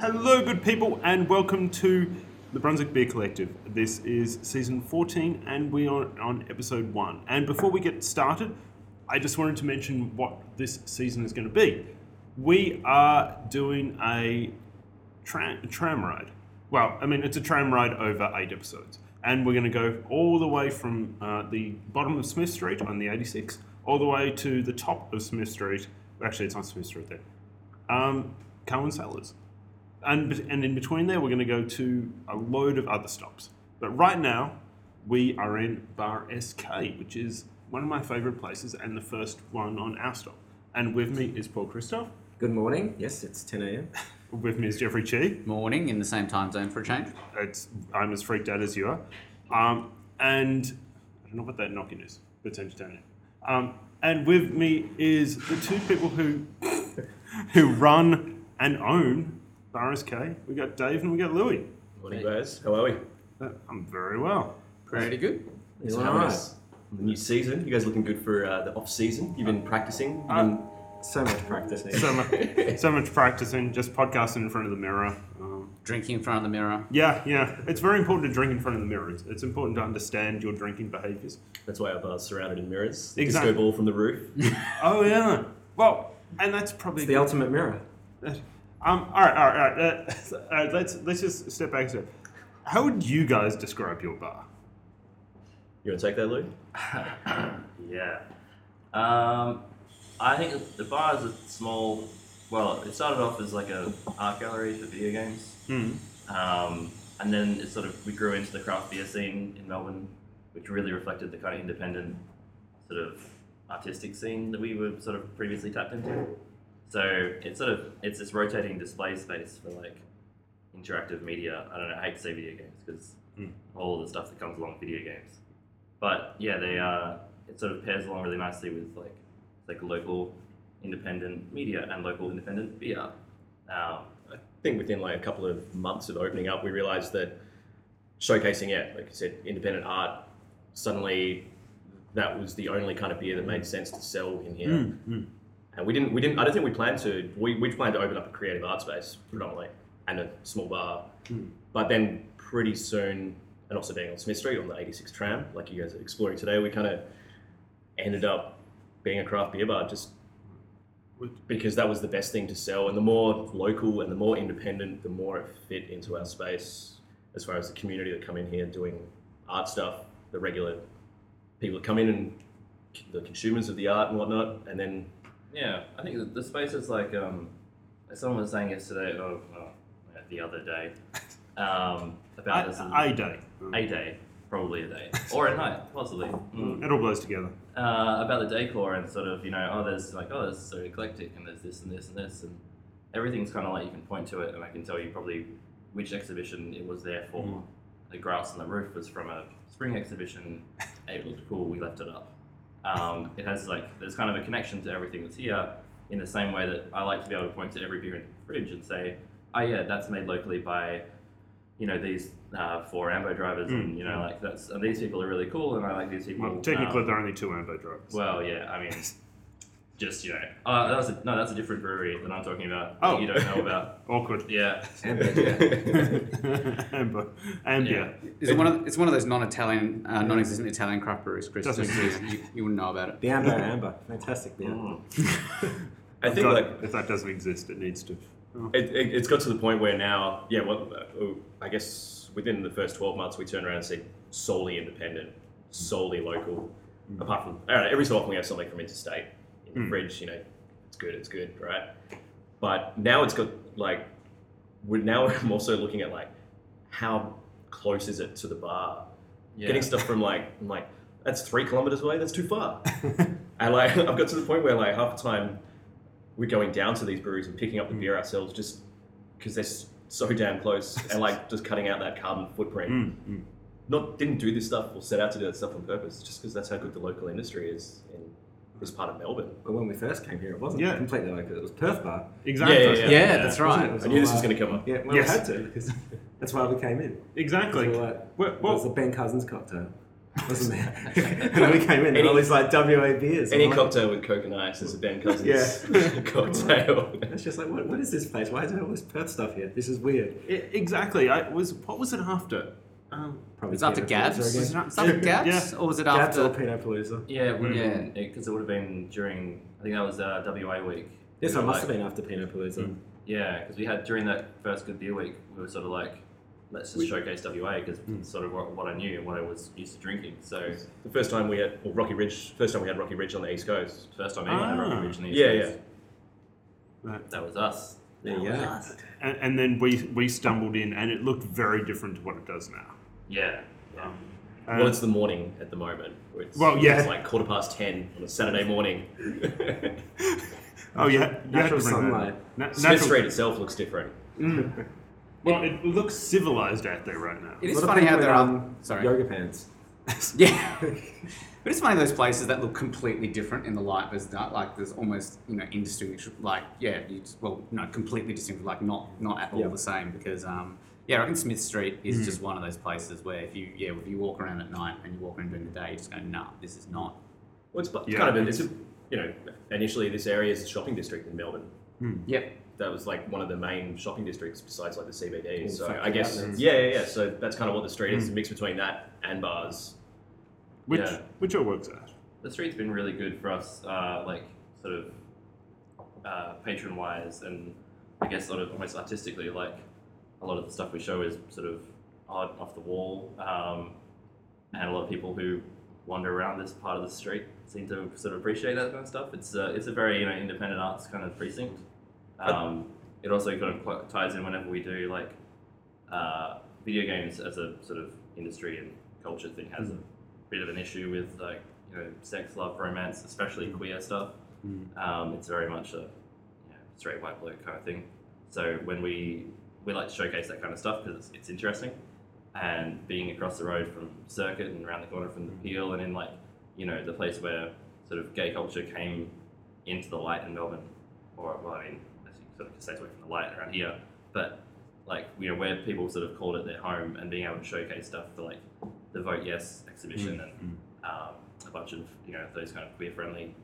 Hello, good people, and welcome to the Brunswick Beer Collective. This is season 14, and we are on episode 1. And before we get started, I just wanted to mention what this season is going to be. We are doing a tra- tram ride. Well, I mean, it's a tram ride over eight episodes. And we're going to go all the way from uh, the bottom of Smith Street on the 86, all the way to the top of Smith Street. Actually, it's not Smith Street there. Um, Cohen Sellers. And, and in between there, we're going to go to a load of other stops. But right now, we are in Bar SK, which is one of my favourite places and the first one on our stop. And with me is Paul Christoph. Good morning. Yes, it's 10 a.m. With me is Jeffrey Chi. morning in the same time zone for a change. It's, I'm as freaked out as you are. Um, and I don't know what that knocking is, but it's entertaining. Um, and with me is the two people who who run and own Bar SK. We got Dave and we got Louis. Morning, guys. How are we? Uh, I'm very well. Pretty good. It's So how is the new season? You guys looking good for uh, the off season? You've been practicing. You've Uh, been, So much practice. Nick. So much, so much practicing, just podcasting in front of the mirror. Um, Drinking in front of the mirror. yeah, yeah. It's very important to drink in front of the mirror. It's, it's important to understand your drinking behaviours. that's why our bar's surrounded in mirrors. The Exactly. Disco ball from the roof. Oh yeah. Well, and that's probably It's the ultimate mirror. Um, all right, all right, all right. Uh, all right let's let's just step back a step. How would you guys describe your bar? You want to take that, Lou? Yeah. Um, I think the bar is a small. Well, it started off as like a art gallery for video games, Mm. um, and then it sort of we grew into the craft beer scene in Melbourne, which really reflected the kind of independent, sort of artistic scene that we were sort of previously tapped into. So it's sort of it's this rotating display space for like interactive media. I don't know. I hate to say video games because Mm. all the stuff that comes along with video games. But yeah, they uh, it sort of pairs along really nicely with like like local independent media and local independent beer. Um, I think within like a couple of months of opening up, we realized that showcasing, yeah, like you said, independent art, suddenly that was the only kind of beer that made sense to sell in here. And we didn't, we didn't, I don't think we planned to, we, we planned to open up a creative art space predominantly and a small bar. But then pretty soon, and also being on Smith Street on the 86 tram, like you guys are exploring today, we kind of ended up being a craft beer bar just because that was the best thing to sell. And the more local and the more independent, the more it fit into our space as far as the community that come in here doing art stuff, the regular people that come in and c- the consumers of the art and whatnot, and then Yeah, I think the, the space is like um, as someone was saying yesterday, or oh, yeah, the other day, um, about this I, I day. Um, a day, probably a day, or a night, possibly. Mm. It all blows together. uh, about the decor and sort of you know oh there's like oh this is so eclectic and there's this and this and this and everything's kind of like you can point to it and I can tell you probably which exhibition it was there for. Mm. The grass on the roof was from a spring exhibition. it looked cool. We left it up. Um, it has like there's kind of a connection to everything that's here in the same way that I like to be able to point to every beer in the fridge and say oh yeah that's made locally by you know these uh, four ambo drivers Mm, and you know like that's and these people are really cool and I like these people. Well, technically, um, there are only two Ambo drivers. well, yeah, I mean, just you know, uh, that was a, no, that's a different brewery than I'm talking about. that Oh. you don't know about. Awkward. Yeah, And yeah. Ambo. Ambia. Is it one of it's one of those non-Italian, uh, non-existent Italian craft breweries, Chris? Doesn't just- exist. You, you wouldn't know about it. The amber, amber. Fantastic beer. Mm. I think God, like if that doesn't exist, it needs to. Oh. it, it, it's got to the point where now, yeah, well, uh, I guess within the first 12 months, we turn around and say solely independent, solely local. Apart from, all right, every so often we have something from interstate in the Mm. fridge, you know, it's good, it's good, right? But now it's got like, we're, now I'm also looking at like, how close is it to the bar? yeah. Getting stuff from like, I'm like, that's three kilometers away, that's too far. And like I've got to the point where like half the time we're going down to these breweries and picking up Hmm. the beer ourselves just because they're s- so damn close and like just cutting out that carbon footprint. Hmm. Mm, mm. Not didn't do this stuff or set out to do that stuff on purpose, just because that's how good the local industry is in this part of Melbourne. But when we first came here, it wasn't Yeah. completely local. It was Perth Bar. Exactly. Yeah. Yeah, that's wasn't it? It right. was I knew all, this was uh, going to come up. Yeah, well, Yes. we had to because that's why we came in. Exactly. It was all, uh, Well, it was the well, Ben Cousins cocktail. well, It was the wasn't there? and then we came in and all these like WA beers. Any I'm like, cocktail with coke and ice is a Ben Cousins Yeah. cocktail. It's just like, what, what is this place? Why is there all this Perth stuff here? This is weird. I- e, exactly. I was. What was it after? Um, Probably It's after Pinot Palooza Gabs. again. Is it not- it's after Yeah. Gabs, or was it Gabs or after? Pinot Palooza. Yeah, it would have Yeah. been because it would have been during. I think that was uh, WA week. Yes, We I were must like- have been after Pinot Palooza. Yeah, because we had during that first good beer week, we were sort of like, let's just showcase WA because it's sort of what, what I knew and what I was used to drinking. So The first time we had well, Rocky Ridge. First time we had Rocky Ridge on the East Coast. first time anyone had Ah. Rocky Ridge in the East Yeah, Coast, right. that was us. There you That was go. us. and, and then we we stumbled in, and it looked very different to what it does now. Yeah. Um, well, it's the morning at the moment. It's, Well, yeah. It's like quarter past ten on a Saturday morning. oh yeah, you had to Natural bring that up. sunlight. Na- natural- Smith Street itself looks different. Well, it looks civilized out there right now. It is What funny about how people there in, are. um, Sorry. Yoga pants. Yeah. but it's one of those places that look completely different in the light. There's not like there's almost you know indistinguishable. Like yeah, you just, well no completely distinct. Like not not at all Yeah. Mm. the same because um yeah, I reckon Smith Street is just one of those places where if you yeah if you walk around at night and you walk around during the day, you just go nah, this is not. Well, it's bu- Yeah. kind of a, it's a, you know initially this area is a shopping district in Melbourne. Hmm. Yep. That was like one of the main shopping districts besides like the CBD. Oh, so fuck, I guess that's- yeah, yeah, yeah. So that's kind of what the street Hmm. is—a mix between that and bars. Which Yeah. which all works out. The street's been really good for us, uh, like sort of uh, patron wise, and I guess sort of almost artistically. Like a lot of the stuff we show is sort of art off the wall, um, and a lot of people who wander around this part of the street seem to sort of appreciate that kind of stuff. It's a, it's a very you know independent arts kind of precinct. Um, it also kind of quite ties in whenever we do like uh, video games as a sort of industry and culture thing has a bit of an issue with like you know sex, love, romance, especially queer stuff. Um, it's very much a you know, straight white bloke kind of thing. So when we we like to showcase that kind of stuff because it's, it's interesting, and being across the road from Circuit and around the corner from the Peel and in like you know the place where sort of gay culture came into the light in Melbourne, or well I mean as you sort of stays away from the light around here, but like you know where people sort of called it their home and being able to showcase stuff for like the Vote Yes exhibition and um, a bunch of you know those kind of queer friendly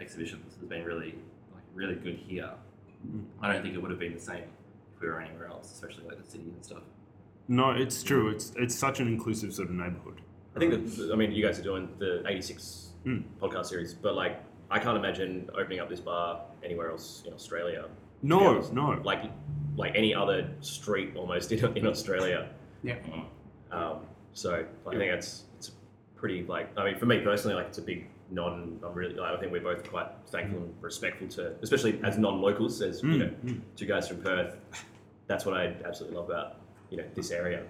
exhibitions has been really like really good here. I don't think it would have been the same if we were anywhere else, especially like the city and stuff. No, it's true. It's it's such an inclusive sort of neighborhood. I think that I mean you guys are doing the '86 Mm. podcast series, but like I can't imagine opening up this bar anywhere else in Australia. No, Yeah. no. Like like any other street almost in, in Australia. Yeah. Um, so I think that's it's pretty like I mean for me personally like it's a big non I'm really like, I think we're both quite thankful and respectful to especially as non-locals as you know two guys from Perth. That's what I absolutely love about you know this area,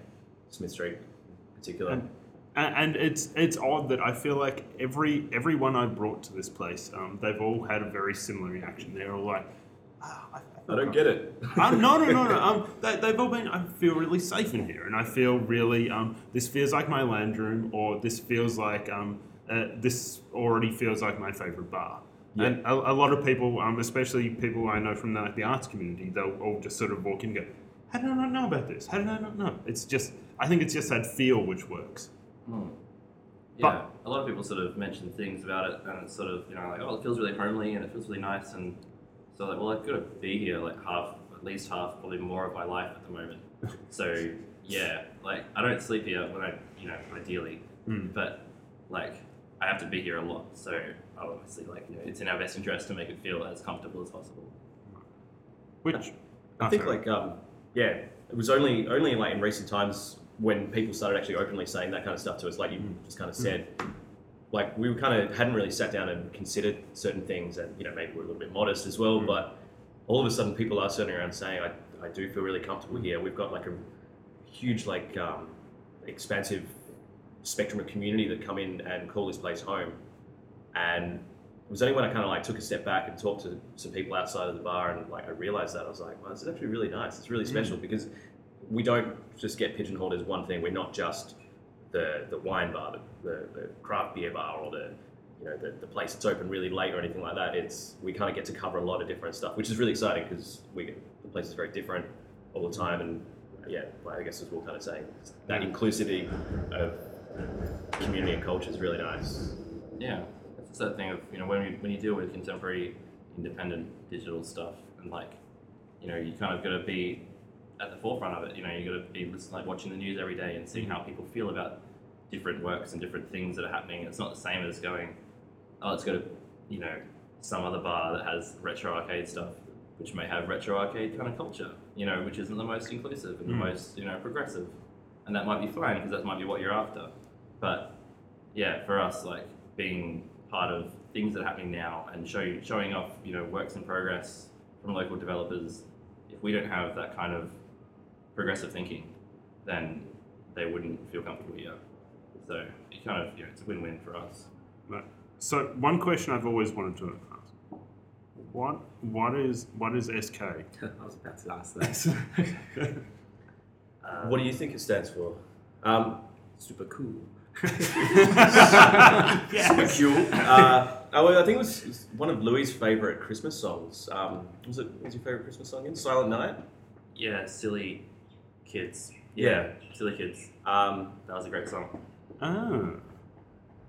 Smith Street in particular. And- and, and it's it's odd that I feel like every everyone I brought to this place, um, they've all had a very similar reaction. They're all like, "Ah, I, I don't get it. um, no, no, no, no. Um, they, they've all been. I feel really safe in here, and I feel really. Um, this feels like my lounge room, or this feels like. Um, uh, this already feels like my favorite bar. Yeah. And a, a lot of people, um, especially people I know from the, like, the arts community, they'll all just sort of walk in and go, "How did I not know about this? How did I not know?" It's just. I think it's just that feel which works. Yeah, a lot of people sort of mention things about it, and it's sort of you know like oh it feels really homely and it feels really nice, and so like well I've got to be here like half at least half probably more of my life at the moment. so yeah, like I don't sleep here when I you know ideally, but like I have to be here a lot, so I obviously like you know, it's in our best interest to make it feel as comfortable as possible. Which Oh, I think like um, yeah, it was only only like in recent times when people started actually openly saying that kind of stuff to us, like you just kind of said. Like we kind of hadn't really sat down and considered certain things, and you know maybe we're a little bit modest as well. But all of a sudden, people are turning around saying, "I, I do feel really comfortable here." We've got like a huge, like um, expansive spectrum of community that come in and call this place home. And it was only when I kind of like took a step back and talked to some people outside of the bar and like I realized that I was like, wow, this is actually really nice. It's really special because we don't just get pigeonholed as one thing. We're not just the the wine bar, the, the, the craft beer bar, or the you know the, the place that's open really late or anything like that. It's we kind of get to cover a lot of different stuff, which is really exciting because we the place is very different all the time and yeah, like I guess as we we're kind of saying, that inclusivity of community and culture is really nice. Yeah, it's just that thing of you know when you when you deal with contemporary, independent digital stuff and like, you know, you kind of got to be at the forefront of it. You know, you got to be listening, like watching the news every day and seeing how people feel about different works and different things that are happening. It's not the same as going, oh, let's go to you know some other bar that has retro arcade stuff, which may have retro arcade kind of culture. You know, which isn't the most inclusive and the Mm. most you know progressive, and that might be fine because that might be what you're after, but yeah, for us, like being part of things that are happening now and show, showing off, you know, works in progress from local developers. If we don't have that kind of progressive thinking, then they wouldn't feel comfortable here. So it kind of, you know, it's a win-win for us. Right. So one question I've always wanted to ask: What what is what is SK? I was about to ask that. Uh, What do you think it stands for? Um, super cool. Yes. Uh, I I think it was one of Louis' favorite Christmas songs. Um, was it? What was your favorite Christmas song? In Silent Night. yeah, silly kids. Yeah. silly kids. Um, That was a great song. Ah, that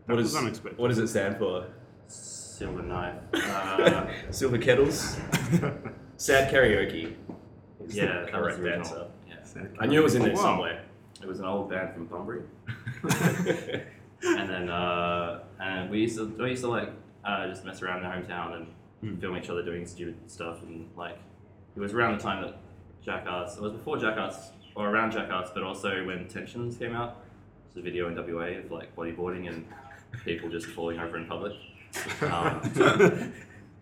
what was is- unexpected. What does it stand for? Silver knife. Uh, Silver kettles. Sad karaoke. is the yeah, that was correct the original. Oh, answer. Yeah, I knew it was in there Wow. somewhere. it was an old band from Bunbury. and then uh, and we used to we used to like uh, just mess around in the hometown and Hmm. film each other doing stupid stuff and like it was around the time that Jackass it was before Jackass or around Jackass but also when Tensions came out It's a video in WA of like bodyboarding and people just falling over in public um,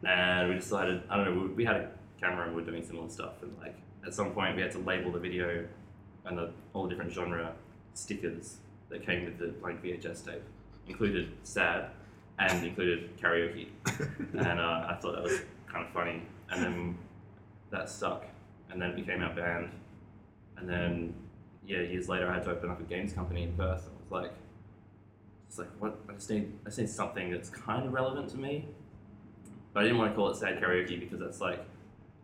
and we decided I don't know we, we had a camera and we were doing similar stuff and like at some point we had to label the video and the, all the different genre stickers that came with the blank VHS tape included sad and included karaoke. and uh, I thought that was kind of funny. And then that stuck. And then it became our band. And then, yeah, years later, I had to open up a games company in Perth. I was like, it's like, what? I just need, I just need something that's kind of relevant to me. But I didn't want to call it sad karaoke because that's like,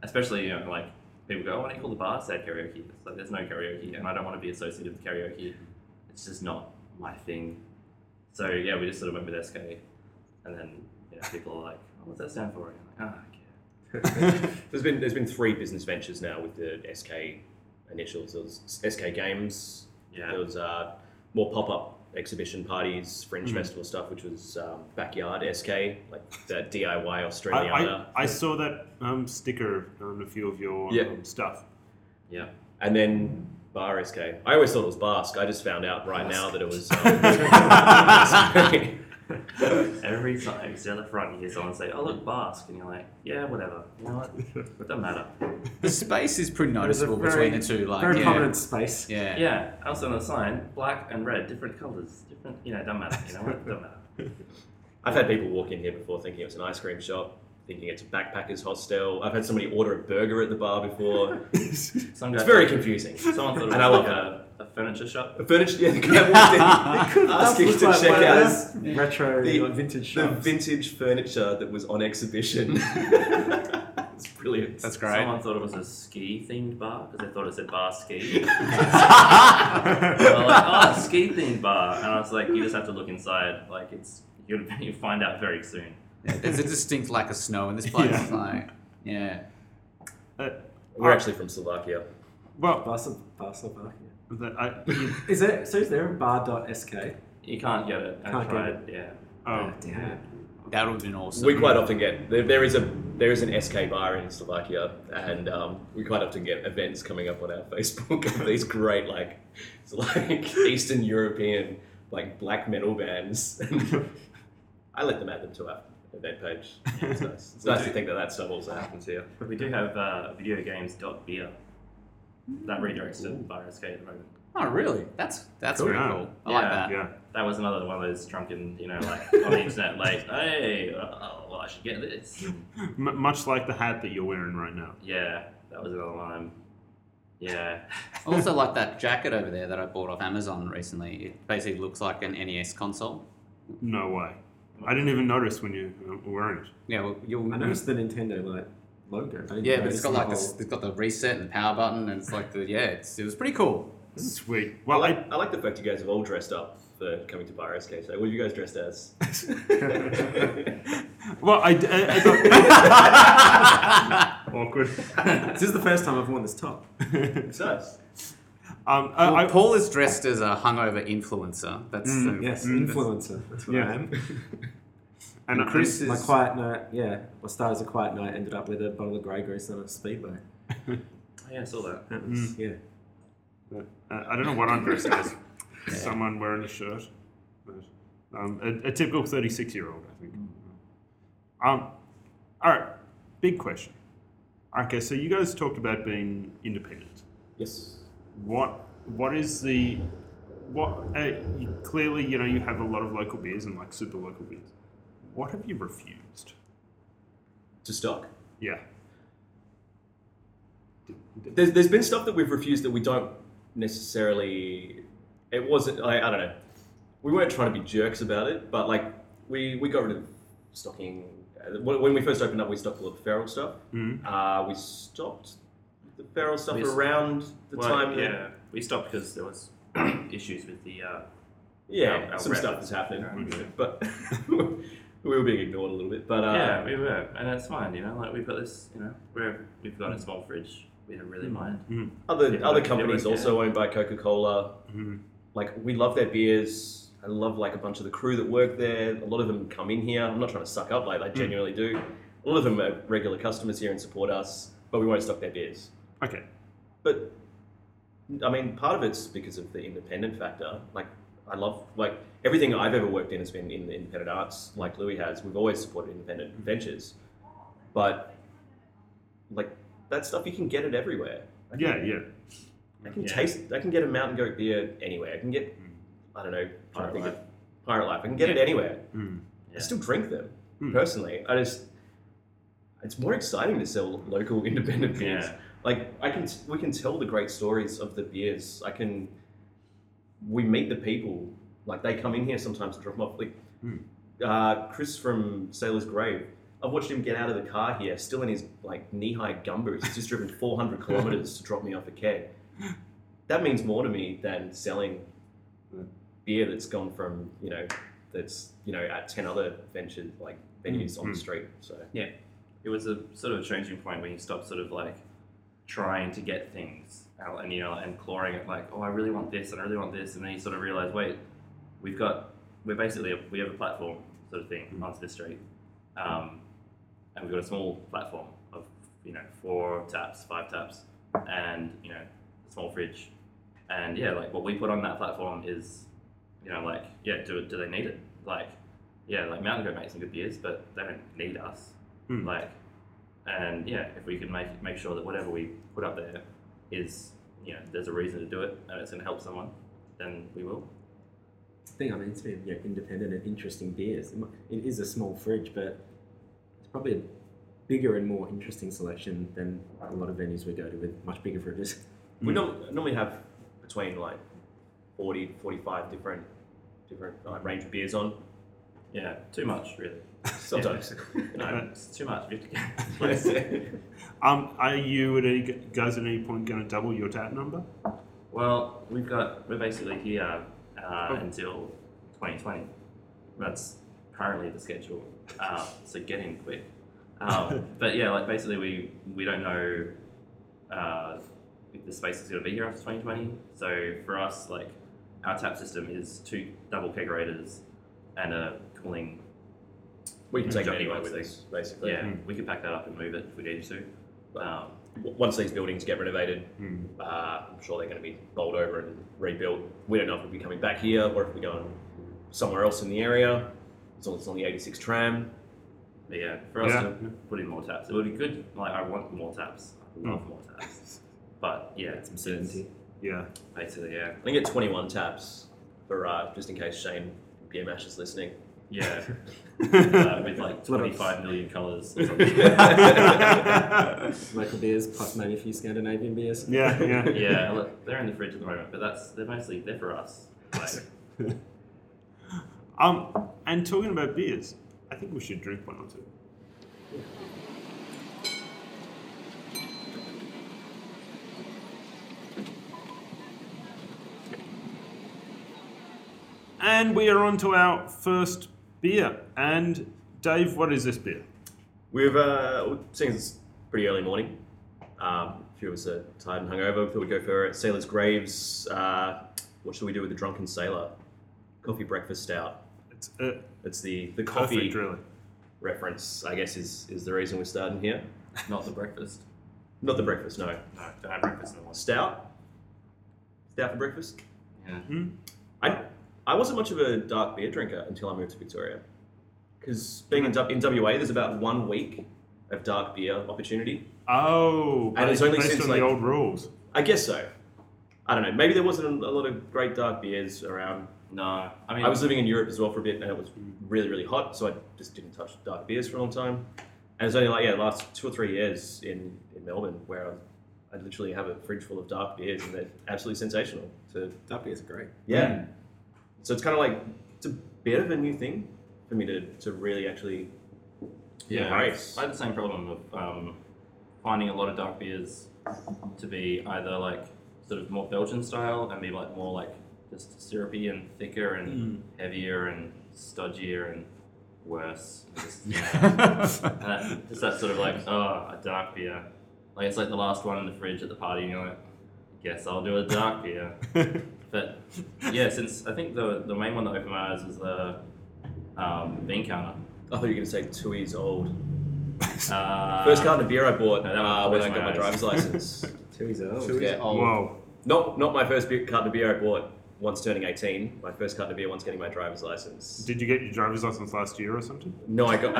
especially, you know, like, people go, oh, why don't you call the bar sad karaoke? It's like, there's no karaoke. And I don't want to be associated with karaoke. It's just not my thing. So yeah, we just sort of went with SK, and then you know, people are like, oh, "What's that stand for?" And I'm like, "Ah, oh, There's been there's been three business ventures now with the SK initials. There was SK Games. Yeah. There was uh, more pop up exhibition parties, fringe Mhm. festival stuff, which was um, backyard SK, like that DIY I, Australiana. I, I saw that um, sticker on a few of your Yeah. um, stuff. yeah, and then Bar SK. I always thought it was Basque. I just found out right now that it was. Um, yeah." Every time it's out the front, you hear someone say, "Oh, look, Basque," and you're like, "Yeah, whatever. You know what? It doesn't matter." The space is pretty There's a noticeable very- between the two. Like, Very yeah, prominent space. Yeah. Yeah, also on the sign, black and red, different colors, different. You know, doesn't matter. You know what? Doesn't matter. I've had people walk in here before thinking it was an ice cream shop, thinking it's a backpackers hostel. I've had somebody order a burger at the bar before. Some It's guy- very confusing. Someone thought it was And I love like a, a furniture shop. The furniture, yeah, the guy walked in Does asking look to like check one of out those retro the- or vintage the shops. vintage furniture that was on exhibition. it's brilliant. That's great. Someone thought it was a ski themed bar because they thought it said bar ski. That's They were like, oh, it's a ski themed bar. And I was like, you just have to look inside. Like, it's you'll, you'll find out very soon. Yeah, There's a distinct lack of snow in this place. Yeah. Like, yeah. Uh, We're actually from Slovakia. well, bar. that I, you- Is there? So is there a bar.sk? You can't get it. I Can't get tried, yeah. oh, damn. That would have been awesome. we quite often get there, there is a there is an SK bar in Slovakia, and um, we quite often get events coming up on our Facebook of these great like it's like Eastern European like black metal bands. I let them add them to our event page. It's nice. It's nice to think that that stuff also happens here. But we do have uh, videogames.beer that redirects to Virus K at the moment. Oh, really? That's that's very Yeah. cool. I like Yeah. that. yeah. That was another one of those drunken, you know, like on the internet, like, hey, uh, oh, well, I should get this. M- much like the hat that you're wearing right now. Yeah, that was another one. I'm- Yeah. I also like that jacket over there that I bought off Amazon recently. It basically looks like an NES console. No way. I didn't even notice when you uh, were wearing it. Yeah, well, you'll I noticed the Nintendo like logo. I didn't Yeah, but notice it's got the like whole- this. It's got the reset and the power button, and it's like the yeah. It's, it was pretty cool. Sweet. I Well, I, like, I like the fact you guys have all dressed up for coming to Bar SK. So, what are you guys dressed as? well, I, I, I got awkward. This is the first time I've worn this top. it's nice. Um, Uh, Well, I, I, Paul is dressed as a hungover influencer. That's the, Mm, yes, that's- influencer. That's what Yeah. I am. and Chris My is quiet night, yeah. My star is a quiet night ended up with a bottle of Grey Goose on a speedway. Oh, yeah, I saw that. That was, yeah. Uh, I don't know what I'm dressed as. Someone wearing a shirt. But, um, a, a typical 36 year old, I think. Um, all right, big question. Okay, so you guys talked about being independent. Yes. What What is the. What uh, you, Clearly, you know, you have a lot of local beers and like super local beers. What have you refused? To stock. Yeah. There's, there's been stuff that we've refused that we don't necessarily. It wasn't. I, I don't know. We weren't trying to be jerks about it, but like we we got rid of stocking. uh, When when we first opened up, we stopped all the feral stuff. Mhm. Uh, we stopped the feral stuff We s- around the Well, time. that- yeah, we stopped because there was issues with the. Uh, yeah. Our- our some stuff rep- has happened, Okay. but we were being ignored a little bit. But uh, yeah, we were, and that's fine. You know, like we've got this. You know, we're we've got a small fridge. We don't really mind. other Yeah, other like, companies yeah. Mm-hmm. also owned by Coca Cola. Like we love their beers. I love like a bunch of the crew that work there. A lot of them come in here. I'm not trying to suck up. Mm. Like they genuinely do. A lot of them are regular customers here and support us, but we won't stock their beers. Okay. But I mean, part of it's because of the independent factor. Like I love like everything I've ever worked in has been in the independent arts. Like Louis has, we've always supported independent ventures, but like that stuff you can get it everywhere. I can- Yeah, yeah. I can Yeah. Mm. taste. I can get a mountain goat beer anywhere. I can get. I don't know. Pirate Pirate Life. Life. Pirate Life. I can get it Yeah. anywhere. Mm. Yeah. I still drink them Mm. personally. I just. It's more exciting to sell local independent beers. Yeah. Like I can, we can tell the great stories of the beers. I can. We meet the people. Like they come in here sometimes to drop them off. Like Mm. uh, Chris from Sailor's Grave. I've watched him get out of the car here, still in his like knee-high gumboots. He's just driven 400 kilometers to drop me off a keg. That means more to me than selling beer that's gone from you know that's you know at 10 other ventures like venues on the street. So Mm, Yeah, it was a sort of a changing point when you stopped sort of like trying to get things out and you know and clawing at like oh I really want this and I really want this and then you sort of realize wait we've got we're basically a, we have a platform sort of thing onto the street um, and we've got a small platform of you know four taps five taps and you know a small fridge and yeah like what we put on that platform is you know like yeah do do they need it like yeah like Mountain Goat makes some good beers but they don't need us Mm. like and yeah if we can make make sure that whatever we put up there is you know there's a reason to do it and it's going to help someone then we will I think I'm into you know, independent and interesting beers. It mi- It is a small fridge, but it's probably a bigger and more interesting selection than a lot of venues we go to with much bigger fridges. we norm- normally have between like 40 45 different different Mm. uh, range of beers on yeah Uh, too much really sometimes. you know it's too much we have to get Um, are you at any guys at any point going to double your tap number? well we've got we're basically here uh, Oh. until 2020 that's currently the schedule uh, so get in quick um, but yeah like basically we we don't know uh, if the space is going to be here after 2020. So for us, like our tap system is two double kegerators and a cooling. we can take it Johnny anywhere with Boxing. us, basically. Yeah, hmm. we could pack that up and move it if we needed to. Um, W- Once these buildings get renovated, Mm. uh, I'm sure they're going to be rolled over and rebuilt. We don't know if we'll be coming back here or if we're going somewhere else in the area. As long as it's on the 86 tram. but yeah, for us Yeah. to put in more taps, it would be good. Like I want more taps. I love more taps. But yeah, it's Certainty. Yeah. Basically, yeah, I think it's 21 taps for uh, just in case Shane Beer Mash is listening. yeah, uh, with like What else? 25 million colors. Or something. yeah, Local beers plus maybe a few Scandinavian beers. yeah. yeah, look, they're in the fridge at the moment, but that's they're mostly they're for us. Like, Um, and talking about beers, I think we should drink one or two. And we are on to our first beer. And Dave, what is this beer? We've uh, since it's pretty early morning. Um, a few of us are tired and hungover. Thought we'd go for a Sailor's Graves. Uh, what should we do with the drunken sailor? Coffee breakfast stout. It's uh, That's the the coffee perfect, really. reference. I guess is is the reason we're starting here. Not the breakfast. Not the breakfast. No No, don't have breakfast in the morning. stout. Stout for breakfast. Yeah. I I wasn't much of a dark beer drinker until I moved to Victoria, because being in, W- in WA, there's about one week of dark beer opportunity. Oh, And it's based- only based since, on like- the old rules. I guess so. I don't know. Maybe there wasn't a lot of great dark beers around. No, I mean, I was living in Europe as well for a bit, and it was really, really hot, so I just didn't touch dark beers for a long time. And it's only like yeah, the last two or three years in, in Melbourne where I, I literally have a fridge full of dark beers, and they're absolutely sensational. To That beer's great. yeah, so it's kind of like it's a bit of a new thing for me to, to really actually yeah, embrace. I had the same problem of um, finding a lot of dark beers to be either like sort of more Belgian style and be like more like just syrupy and thicker and heavier and stodgier and worse. And just, and that, just that sort of like, oh, a dark beer. Like it's like the last one in the fridge at the party, and you're like, guess I'll do a dark beer. but yeah, since I think the the main one that opened my eyes was the um, bean counter. I thought you were going to say two years old. Uh, First carton of beer I bought no, that uh, when was I close got my my eyes. driver's license. Two is old. yeah. oh. Whoa. Not not my first beer, carton of beer I bought once turning 18. My first carton of beer once getting my driver's license. Did you get your driver's license last year or something? No, I got.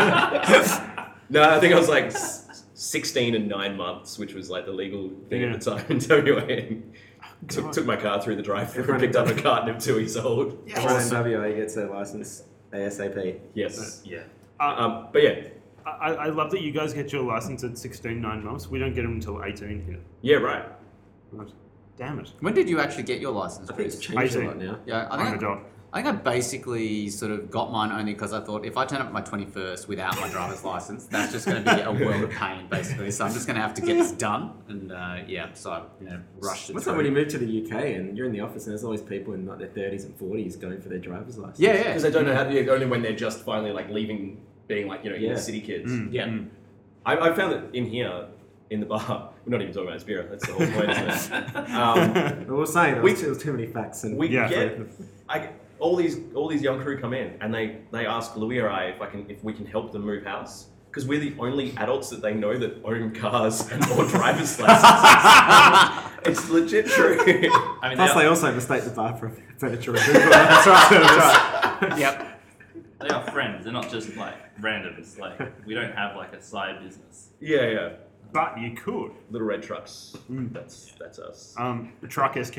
I, no, I think I was like s- 16 and nine months, which was like the legal thing Yeah. at the time in WA. And took, God. took my car through the drive through and Everyone- picked up a carton of two years old. Everyone in WA gets their license ASAP. Yes. Yeah. Um, but yeah, I, I I love that you guys get your license at 16, nine months. We don't get them until 18 here. yeah, right. Right. Damn it. When did you actually get your license? I think it's Chris? changed a Eighteen. lot now. Yeah, I I'm an think I, adult. I think I basically sort of got mine only because I thought if I turn up at my 21st without my driver's license, that's just going to be a world of pain, basically. So I'm just going to have to get this done. And uh, yeah, so I you know, rushed it. What's through. up when you move to the UK and you're in the office and there's always people in like their 30s and 40s going for their driver's license? Yeah, yeah. Because they don't know how to do it only when they're just finally like leaving, being like, you know, Yeah. inner city kids. Yeah. I, I found that in here, in the bar, we're not even talking about his beer, that's the whole point, isn't it? Um, But we're saying there We- was, too, there was too many facts and we Yeah. get I, all these all these young crew come in and they, they ask Louis or I if I can if we can help them move house because we're the only adults that they know that own cars and or driver's licenses. it's legit true. I mean, Plus, they, they are, also mistake the bar for a furniture removal. That's right. That's right. Yep. they are friends. They're not just like randoms. Like we don't have like a side business. yeah, yeah. But you could. Little red trucks. That's that's us. Um, truck SK.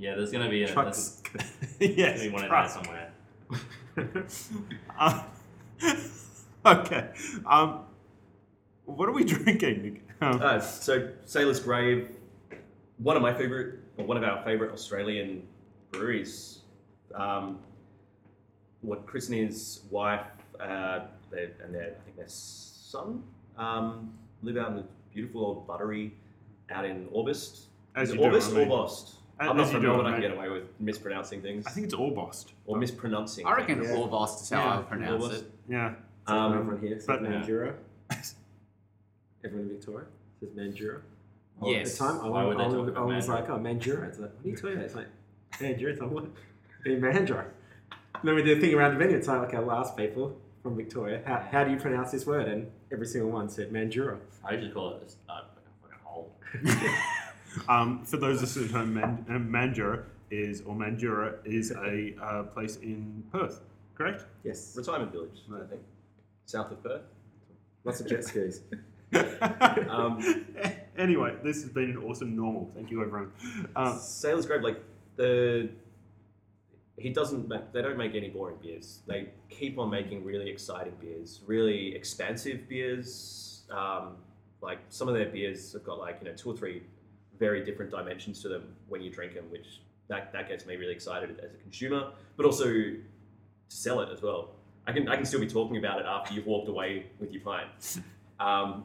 Yeah, there's gonna be a, there's Trucks. yes. gonna be one in there truck. somewhere. Uh, okay. Um, what are we drinking? Um, Uh, so Sailor's Grave, one of my favorite, or one of our favorite Australian breweries. Um, what Chris and his wife uh, they, and their, I think their son um, live out in the beautiful old buttery out in Orbist. As Is you it do, Orbist I mean. or Lost? As- I'm not as you from do, Melbourne. I I can mean. get away with mispronouncing things I think it's Orbost. or mispronouncing. I reckon things. yeah. Orvost is how I would pronounce Orbost. it. Yeah. Um, everyone here says but- Mandura. Everyone in Victoria says Mandura. All Yes. The time, I, Why would they I- I talk about was Mandurah? like, oh, Mandura. It's like, what are you talking about? It's like, Mandura. It's like, what? Be Mandura. And then we did a thing around the venue. It's like, okay, we'll ask people from Victoria, how, how do you pronounce this word? And every single one said Mandura. I usually call it a, uh, like a fucking hole. Um, for those listening at home, Man- uh, Mandurah is, or Mandurah is a uh, place in Perth, correct? Yes. retirement village, I think, south of Perth. Lots of jet skis. Um, anyway, this has been an awesome normal. Thank you, everyone. Um, Sailor's Grave, like the he doesn't make they don't make any boring beers. They keep on making really exciting beers, really expansive beers. Um, like some of their beers have got like you know two or three very different dimensions to them when you drink them, which that that gets me really excited as a consumer, but also to sell it as well. I can I can still be talking about it after you've walked away with your pint. Um,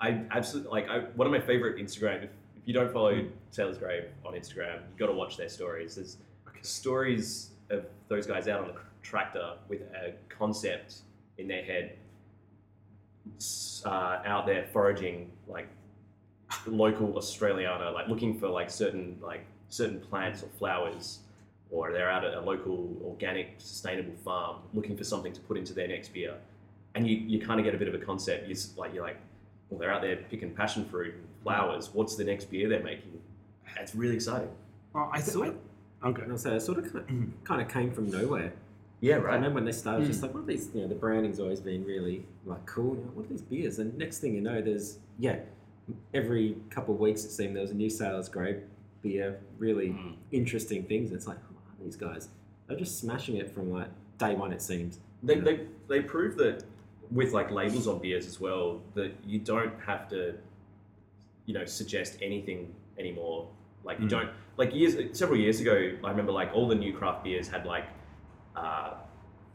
I absolutely like I, one of my favorite Instagram. If, if you don't follow Sailor's Grave on Instagram, you got to watch their stories. There's stories of those guys out on a tractor with a concept in their head, s- uh, out there foraging like local Australiana, like looking for like certain like certain plants or flowers, or they're out at a local organic sustainable farm looking for something to put into their next beer, and you, you kind of get a bit of a concept. You s- like you're like, well they're out there picking passion fruit and flowers. What's the next beer they're making? That's really exciting. Well, I sort think. of- Okay. And I say it sort of kind of, kind of came from nowhere. Yeah, I remember when they started, just like, what are these? You know, the branding's always been really like cool. You know, what are these beers? And next thing you know, there's yeah, every couple of weeks it seemed there was a new sales grape beer, really interesting things. It's like, who are these guys? They're just smashing it from like day one. It seems. They, Yeah. they, they prove that with like labels on beers as well that you don't have to you know suggest anything anymore like you Mm. don't like years several years ago i remember like all the new craft beers had like uh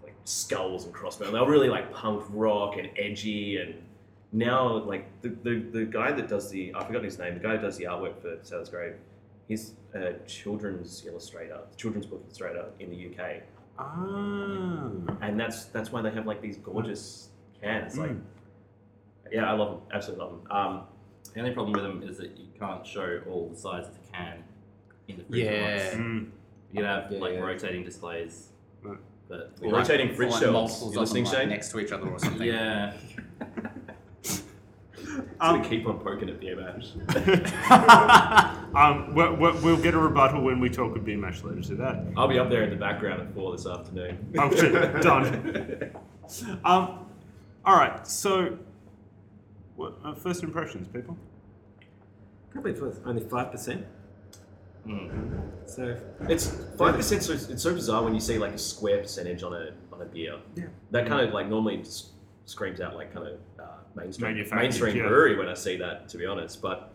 like skulls and crossbones they were really like punk rock and edgy and now like the, the the guy that does the i forgot his name the guy who does the artwork for Sailor's Grave he's a children's illustrator children's book illustrator in the uk Ah. and that's that's why they have like these gorgeous cans. Like, Mm. yeah, I love them. Absolutely love them. Um, The only problem with them is that you can't show all the sides of the can in the fridge. Yeah. at once. Mm. You can have Yeah, like yeah. rotating displays. Right. But Or rotating or fridge like shelves. multiples You of them listening, like, Shane? next to each other or something. yeah. I'm Um, gonna keep on poking at the Abash. um, we'll, we'll, we'll get a rebuttal when we talk of BMASH later to that. I'll be up there in the background at four this afternoon. Oh, shit. Done. Um, all right, so what, uh, first impressions, people. Probably for only five percent. Mm. So It's five percent. So it's so bizarre when you see like a square percentage on a on a beer. Yeah. That kind of like normally just screams out like kind of uh, mainstream Manufactured, mainstream yeah. brewery when I see that to be honest. But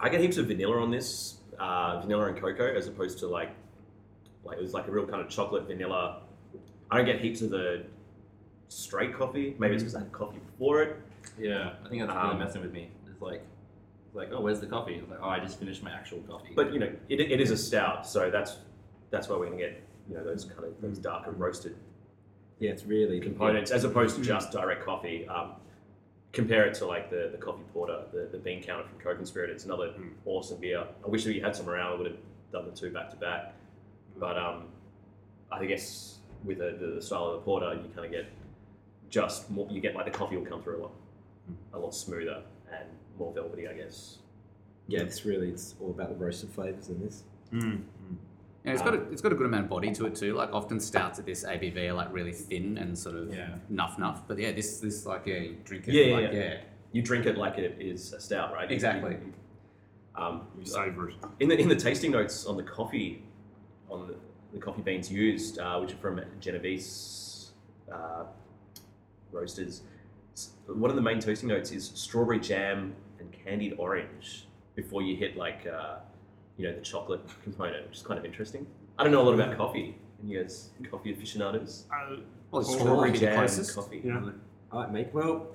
I get heaps of vanilla on this uh, vanilla and cocoa as opposed to like like it was like a real kind of chocolate vanilla. I don't get heaps of the straight coffee. Maybe it's because I had coffee before it. Yeah. I think that's Um, really messing with me. It's like, it's like, oh, where's the coffee? It's like, oh, I just finished my actual coffee. But you know it, it is a stout, so that's that's why we're gonna get you know those kind of those darker roasted yeah, it's really components as opposed to just direct coffee. Um, compare it to like the, the coffee porter, the, the bean counter from Coke and Spirit. It's another awesome beer. I wish that we had some around. I would have done the two back to back. But um, I guess with the, the, the style of the porter, you kind of get just more. You get like the coffee will come through a lot, a lot smoother and more velvety, I guess. Yeah, it's really it's all about the roasted flavors in this. Mm. Yeah, it's got a, it's got a good amount of body to it too. Like often stouts at this ABV are like really thin and sort of Yeah. nuff nuff. But yeah, this this like yeah, you drink it Yeah, yeah, like yeah. yeah. You drink it like it is a stout, right? You- you- Exactly. um, You savour it. In the in the tasting notes on the coffee, on the, the coffee beans used, uh, which are from Genovese uh, roasters, s- one of the main tasting notes is strawberry jam and candied orange. Before you hit like uh, you know the chocolate component, which is kind of interesting. I don't know a lot about coffee. And you guys, coffee aficionados, Uh, Well, it's Or strawberry jam closest. coffee. yeah. I like make well.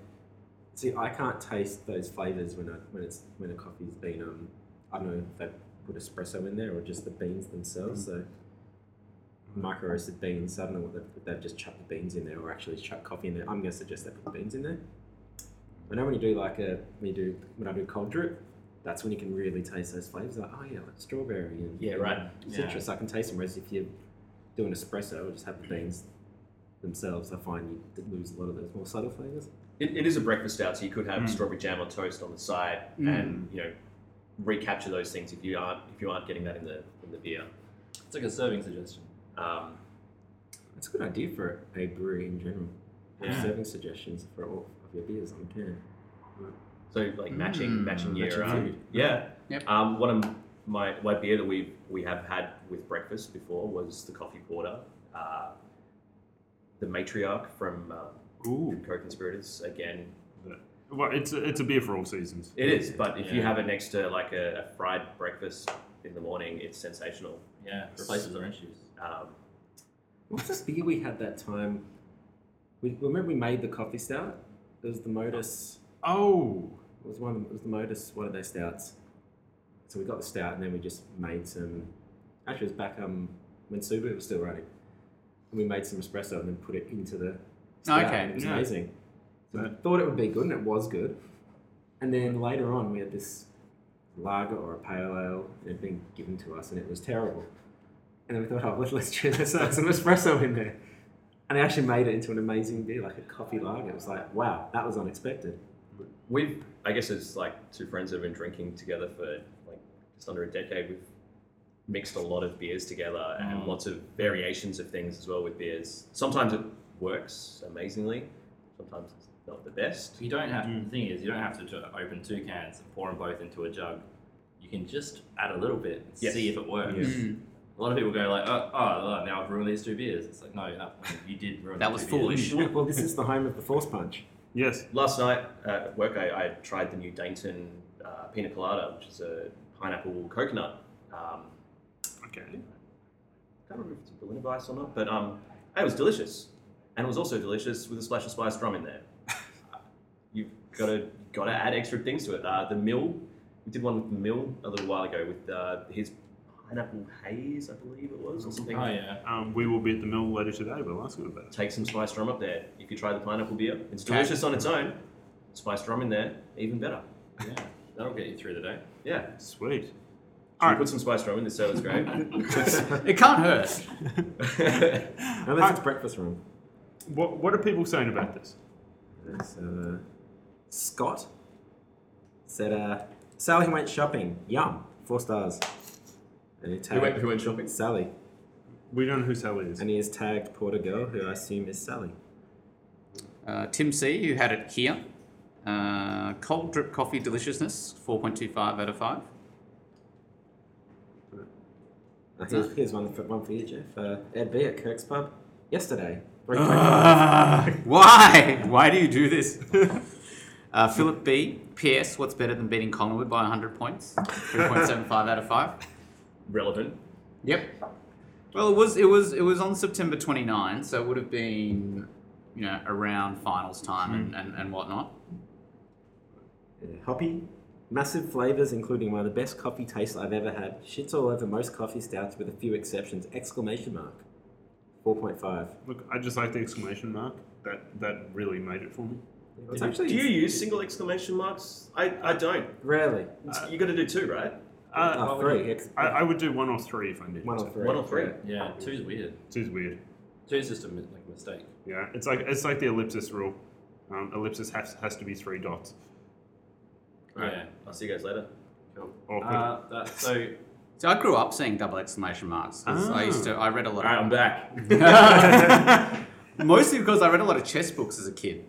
See, I can't taste those flavors when I when it's when a coffee's been um. I don't know if they put espresso in there or just the beans Mm. themroselves. So micro roasted beans. I don't know what they've, if they've just chucked the beans in there or actually chucked coffee in there. I'm gonna suggest they put beans in there. I know when you do like a when you do when I do cold drip, that's when you can really taste those flavors. Like oh yeah, like strawberry and Yeah, right. citrus. I can taste them. Whereas if you do an espresso or just have the beans themselves, I find you lose a lot of those more subtle flavors. It, it is a breakfast stout, so you could have Mm. strawberry jam on toast on the side, and you know recapture those things if you aren't if you aren't getting that in the in the beer. it's like a serving suggestion. Um, That's a good idea for a brewery in general. Yeah. Serving suggestions for all of your beers on can. So like matching, Mm. matching your Matching um, food. yeah. Yep. Um, one of my my beer that we we have had with breakfast before was the coffee porter, uh, the matriarch from um, Ooh. co-conspirators. Again, Well, it's a, it's a beer for all seasons. it is. But if you Yeah. have it next to like a, a fried breakfast in the morning, it's sensational. Yeah. Replaces orange juice. Um, What's this beer we had that time? We remember we made the coffee stout. It was the Modus. Oh. It was one. It was the Modus. One of those stouts. So we got the stout, and then we just made some Actually, it was back um, when Subaru was still running. And we made some espresso and then put it into the. stout, Okay, and It was yeah. amazing. So I But- thought it would be good, and it was good. And then later on, we had this lager or a pale ale that had been given to us, and it was terrible. And then we thought, oh, let's, let's, try, let's add some espresso in there. And they actually made it into an amazing beer, like a coffee lager. It was like, wow, that was unexpected. We've, I guess, as like two friends that have been drinking together for like just under a decade, we've mixed a lot of beers together and lots of variations of things as well with beers. Sometimes it works amazingly, sometimes it's not the best. You don't have Mm. the thing is you don't have to ju- open two cans and pour them both into a jug. You can just add a little bit and Yes. see if it works. Yes. Mm. A lot of people go like, oh, oh, oh, now I've ruined these two beers. It's like, no, that, you did ruin That the was two beers. foolish. well, this is the home of the Force Punch. Yes. Last night at work, I, I tried the new Dainton uh, Pina Colada, which is a pineapple coconut. Um, Okay. can't remember if it's a Berliner Weiss or not, but um, it was delicious, and it was also delicious with a splash of spiced rum in there. You've got to got to add extra things to it. Uh, the mill, we did one with the mill a little while ago with uh, his pineapple haze, I believe it was, or something. Oh yeah. Um, we will be at the mill later today. We'll ask him about it. Take some spiced rum up there. If you try the pineapple beer, it's delicious on its own. Spiced rum in there, even better. Yeah, that'll get you through the day. Yeah. Sweet. So All we right. put some spiced rum in the sailor's grave. It can't hurt. Unless it's breakfast room. What, what are people saying about this? There's, uh, Scott said, uh, Sally went shopping. Yum. Four stars. And he who, went, tagged who went shopping? Sally. We don't know who Sally is. And he has tagged Porter Girl, who I assume is Sally. Uh, Tim C, who had it here. Uh, cold drip coffee deliciousness, 4.25 out of 5. Uh, here's, here's one for, one for you, Jeff. Uh, Ed B at Kirk's Pub yesterday. Very why? Why do you do this? Uh, Philip B, PS, what's better than beating Collingwood by 100 points? 3.75 out of 5. Relevant. Yep. Well, it was it was it was on September 29, so it would have been, you know, around finals time and, and, and whatnot. quick. Uh, hoppy. Massive flavours, including one of the best coffee tastes I've ever had. Shits all over most coffee stouts with a few exceptions. Exclamation mark. 4.5. Look, I just like the exclamation mark. That that really made it for me. It's Do you- actually do you use single exclamation marks? I, I don't. rarely. It's- you got to do two, right? Uh, Oh, three. Ex- I, I would do one or three if I needed one to. or three. One or three. Yeah, two's weird. Two's weird. Two's just a mi- like mistake. Yeah, it's like it's like the ellipsis rule. Um, ellipsis has, has to be three dots. All right. Yeah. I'll see you guys later. Cool. Awkward. Uh, that, so So I grew up seeing double exclamation marks. 'cause I used to I read a lot. All Of, right, I'm back. Mostly because I read a lot of chess books as a kid.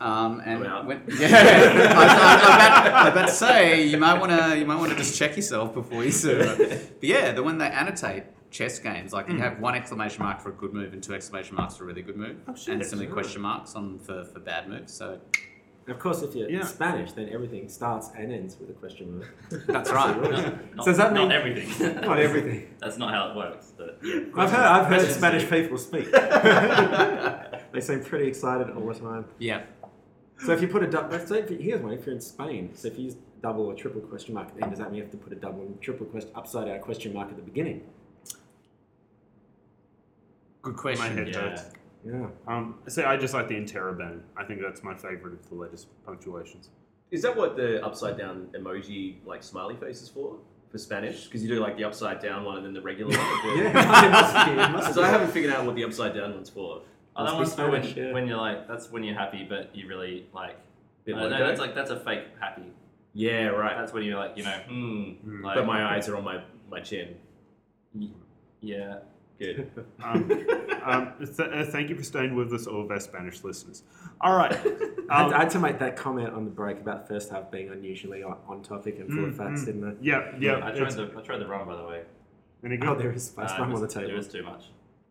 Um, and I'm out. when, yeah, I, I, I, bet, I bet say you might want to you might want to just check yourself before you serve. But yeah, the when they annotate chess games, like you have one exclamation mark for a good move and two exclamation marks for a really good move, shit. and similar question marks on for, for bad moves. So Of course, if you're Yeah. Spanish, then everything starts and ends with a question mark. that's right. not, So does that not mean- everything? Not everything. That's not how it works. But yeah. I've heard, I've heard Questions. Spanish people speak. they seem pretty excited all the time. yeah. So if you put a double, so if you, here's one. If you're in Spain, so if you use double or triple question mark at the end, does that mean you have to put a double and triple question upside down question mark at the beginning? Good My question. head Yeah. hurts. Yeah. Um, see, I just like the interrobang. I think that's my favorite of the latest punctuations. Is that what the upside down emoji like smiley face is for for Spanish? Because you do like the upside down one and then the regular one. Yeah. it must be, it must Because I haven't figured out what the upside down one's for. Oh, Must that be one's for when, Spanish, yeah. when you're like that's when you're happy, but you really like. Bit I don't know, loco. Uh, that's like that's a fake happy. yeah, right. That's when you're like you know hmm. Like, But my eyes are on my my chin. yeah. Good. Um, um, th- uh, thank you for staying with us, all of our Spanish listeners. All right. Um, I, had, I had to make that comment on the break about the first half being unusually on, on topic and full of Mm, facts, mm. didn't I? yeah, yeah. I tried it's- the I tried the rum by the way. any Oh, good? there is spice Uh, rum it on the was- It table. was too much.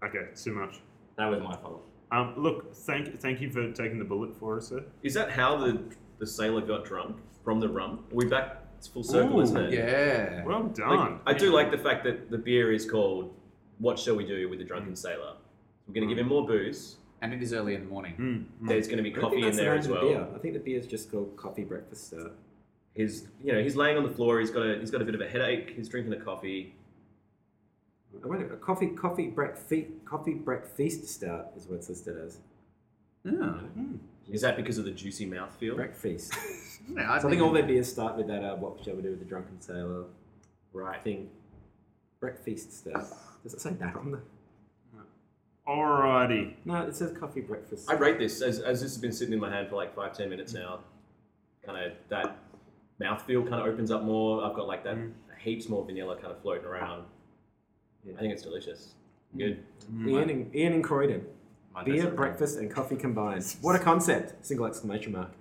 Okay, it's too much. That was my fault. Um, look, thank thank you for taking the bullet for us, sir. Is that how the the sailor got drunk from the rum? Are we back? It's full circle, Ooh, isn't it? Yeah. Well Like, done. I do like the fact that the beer is called "What Shall We Do with the Drunken Sailor." We're going to give him more booze. And it is early in the morning. Mm, mm. There's going to be I don't think coffee in that's the there name as of the well. Beer. I think the beer's just called coffee breakfast stout. He's you know he's laying on the floor. He's got a he's got a bit of a headache. He's drinking a coffee. I wonder, a coffee, coffee break feast, coffee break feast stout is what it's listed as. Yeah. Is that because of the juicy mouthfeel? Break feast. so Yeah, I I think all their beers start with that. Uh, what shall we do with the drunken sailor? Right thing. Break feast stout. Does it say that on the? Alrighty. No, it says coffee breakfast. I rate this as, as this has been sitting in my hand for like five, ten minutes now. Kind of that mouthfeel kind of opens up more. I've got like that Mm. heaps more vanilla kind of floating around. Yeah. Mm. I think it's delicious. Good. Ian and, Ian and Croydon. My Beer, best- breakfast, and coffee combined. What a concept! Single exclamation mark.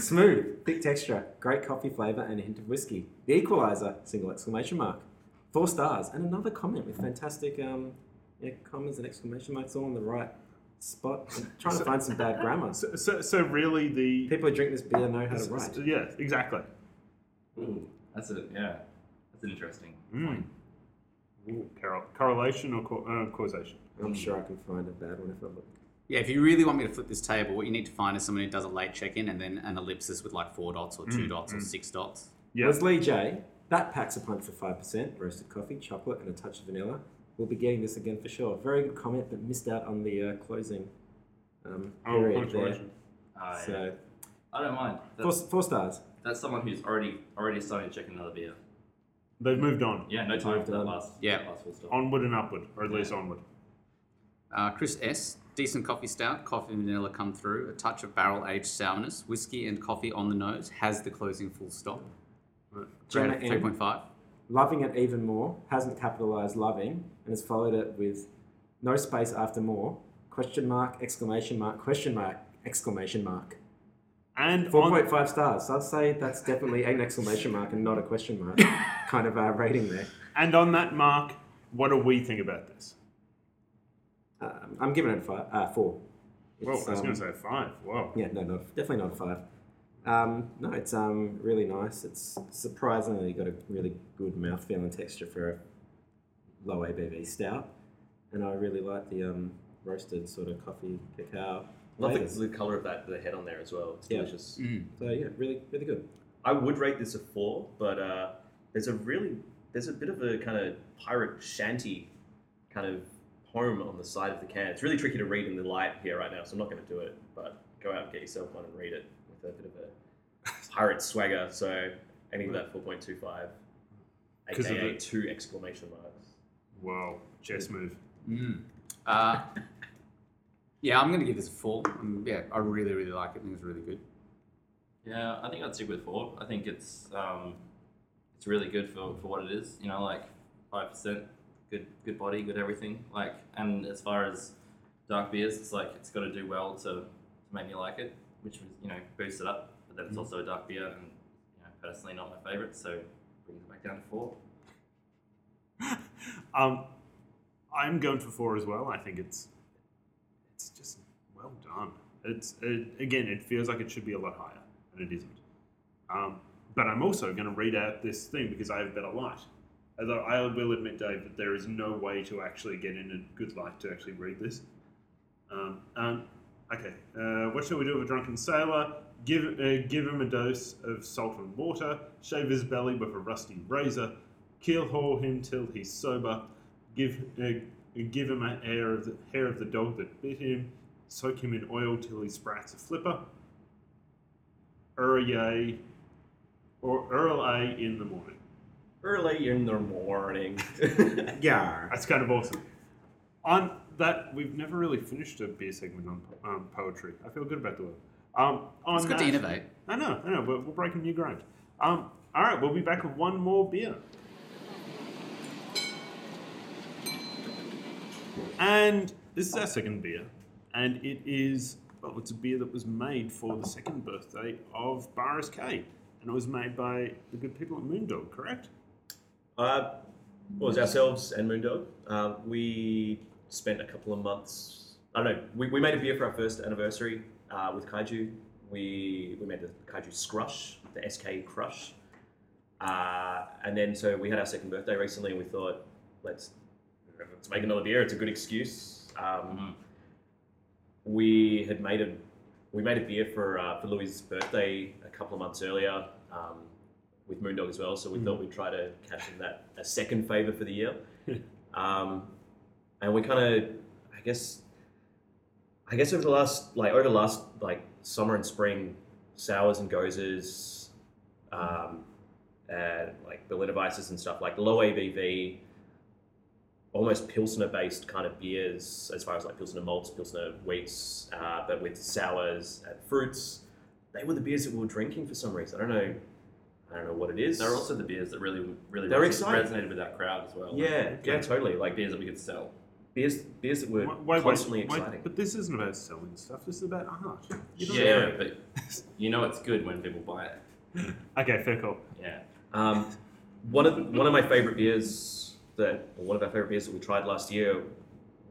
Smooth, thick texture, great coffee flavour, and a hint of whiskey. The Equalizer! Single exclamation mark. Four stars, and another comment with fantastic um, yeah, commas and exclamation marks all in the right spot. I'm trying to find some bad grammar. So, so, so really, the People who drink this beer know how to s- s- write. yeah, exactly. Ooh, that's a yeah. That's an interesting Mm. point. Ooh, correl- correlation or co- uh, causation? I'm sure I can find a bad one if I look. Yeah, if you really want me to flip this table, what you need to find is someone who does a late check-in and then an ellipsis with like four dots or two Mm, dots or six dots. Yeah. There's Lee J. That packs a punch for 5%, roasted coffee, chocolate, and a touch of vanilla. We'll be getting this again for sure. Very good comment, but missed out on the uh, closing um, Oh, period there. punctuation. I, So, I don't mind. four, That's, four stars. that's someone who's already already starting to check another beer. They've moved on, Yeah, no time for that done. last. Yeah. last full stop. onward and upward, or at least onward. Uh, Chris S. Decent coffee stout, coffee and vanilla come through, a touch of barrel aged sourness, whiskey and coffee on the nose, has the closing full stop. Grade Gemma of 3.5. Loving it even more, hasn't capitalized loving, and has followed it with no space after more, question mark, exclamation mark, question mark, exclamation mark. And on, 4.5 stars. So I'd say that's definitely an exclamation mark and not a question mark kind of uh, rating there. and on that mark, what do we think about this? Um, I'm giving it a five, uh, four. Well, It's, I was um, going to say five. Wow. Yeah, no, not, definitely not a five. Um, no, it's um, really nice. It's surprisingly got a really good mouthfeel and texture for a low ABV stout. And I really like the um, roasted sort of coffee cacao. Love flavours. the, the color of that, the head on there as well. It's Yeah. delicious. So yeah, really, really good. I would rate this a four, but uh, there's a really there's a bit of a kind of pirate shanty kind of poem on the side of the can. It's really tricky to read in the light here right now, so I'm not going to do it. But go out and get yourself one and read it with a bit of a pirate swagger. So I think that four point two five, 'Cause of aka the- two exclamation marks. Wow. Chess move. Mm. Uh, yeah, I'm going to give this a 4. Um, yeah, I really, really like it. I think it's really good. Yeah, I think I'd stick with four. I think it's um, it's really good for, for what it is. You know, like five percent, good good body, good everything. Like, and as far as dark beers, it's like it's got to do well to, to make me like it, which was you know boosts it up. But then it's Mm-hmm. also a dark beer, and you know, personally not my favorite, so brings it back down to four. Um, I'm going for four as well. I think it's it's just well done. It's it, again, it feels like it should be a lot higher, and it isn't. Um, but I'm also going to read out this thing because I have better light. Although I will admit, Dave, that there is no way to actually get in a good light to actually read this. Um, um, okay, uh, what shall we do with a drunken sailor? Give, uh, give him a dose of salt and water, shave his belly with a rusty razor, keel haul him till he's sober, give, uh, give him a hair of, the, hair of the dog that bit him, soak him in oil till he sprats a flipper. Earl A. Or Earl A. in the morning. Early in the morning. Yeah. That's kind of awesome. On that, we've never really finished a beer segment on um, poetry. I feel good about the work. Um, on It's good to that- innovate. I know, I know. We're, we're breaking new ground. Um, all right, we'll be back with one more beer. And this is our second beer, and it is well, it's a beer that was made for the second birthday of Bar SK, and it was made by the good people at Moondog, correct? Uh, well, it was ourselves and Moondog. Uh, we spent a couple of months. I don't know. We, we made a beer for our first anniversary uh, with Kaiju. We we made the Kaiju Scrush, the SK Crush, uh, and then so we had our second birthday recently, and we thought let's let's make another beer. It's a good excuse. Um, we had made a we made a beer for uh, for Louis's birthday a couple of months earlier um, with Moondog as well. So we thought we'd try to cash in that a second favor for the year. um, and we kind of, I guess, I guess over the last like over the last like summer and spring, sours and gozers, um, and like Berliner Weisses and stuff like low ABV, almost pilsner based kind of beers as far as like pilsner malts, pilsner wheats, uh, but with sours and fruits. They were the beers that we were drinking for some reason. I don't know. I don't know what it is. They're also the beers that really, really They're reson- exciting. resonated with that crowd as well. yeah, yeah, totally. Like Like beers that we could sell. beers, beers that were Why- why- why- constantly why- exciting. But this isn't about selling stuff. This is about art. You don't- Yeah, but you know it's good when people buy it. Okay, fair call. Yeah. Um, one of one of my favorite beers that or one of our favorite beers that we tried last year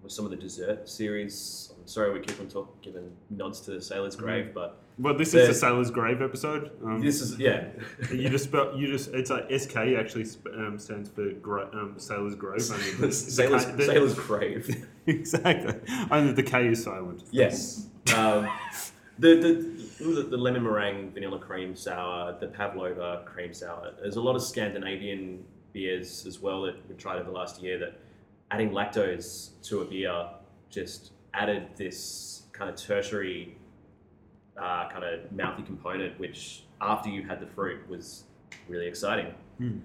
was some of the dessert series. I'm sorry we keep on talk, giving nods to Sailor's Mm-hmm. Grave, but Well, this The- is the Sailor's Grave episode. Um, this is yeah. You just spell, you just it's like SK actually sp- um, stands for gra- um, Sailor's Grove. Only the- the Sailor's, K- the- Sailor's Grave. exactly. Only the K is silent. Yes. Um, the, the, ooh, the the lemon meringue vanilla cream sour, the pavlova cream sour. There's a lot of Scandinavian beers as well that we tried over the last year that adding lactose to a beer just added this kind of tertiary uh, kind of mouthy component, which after you had the fruit was really exciting. Hmm.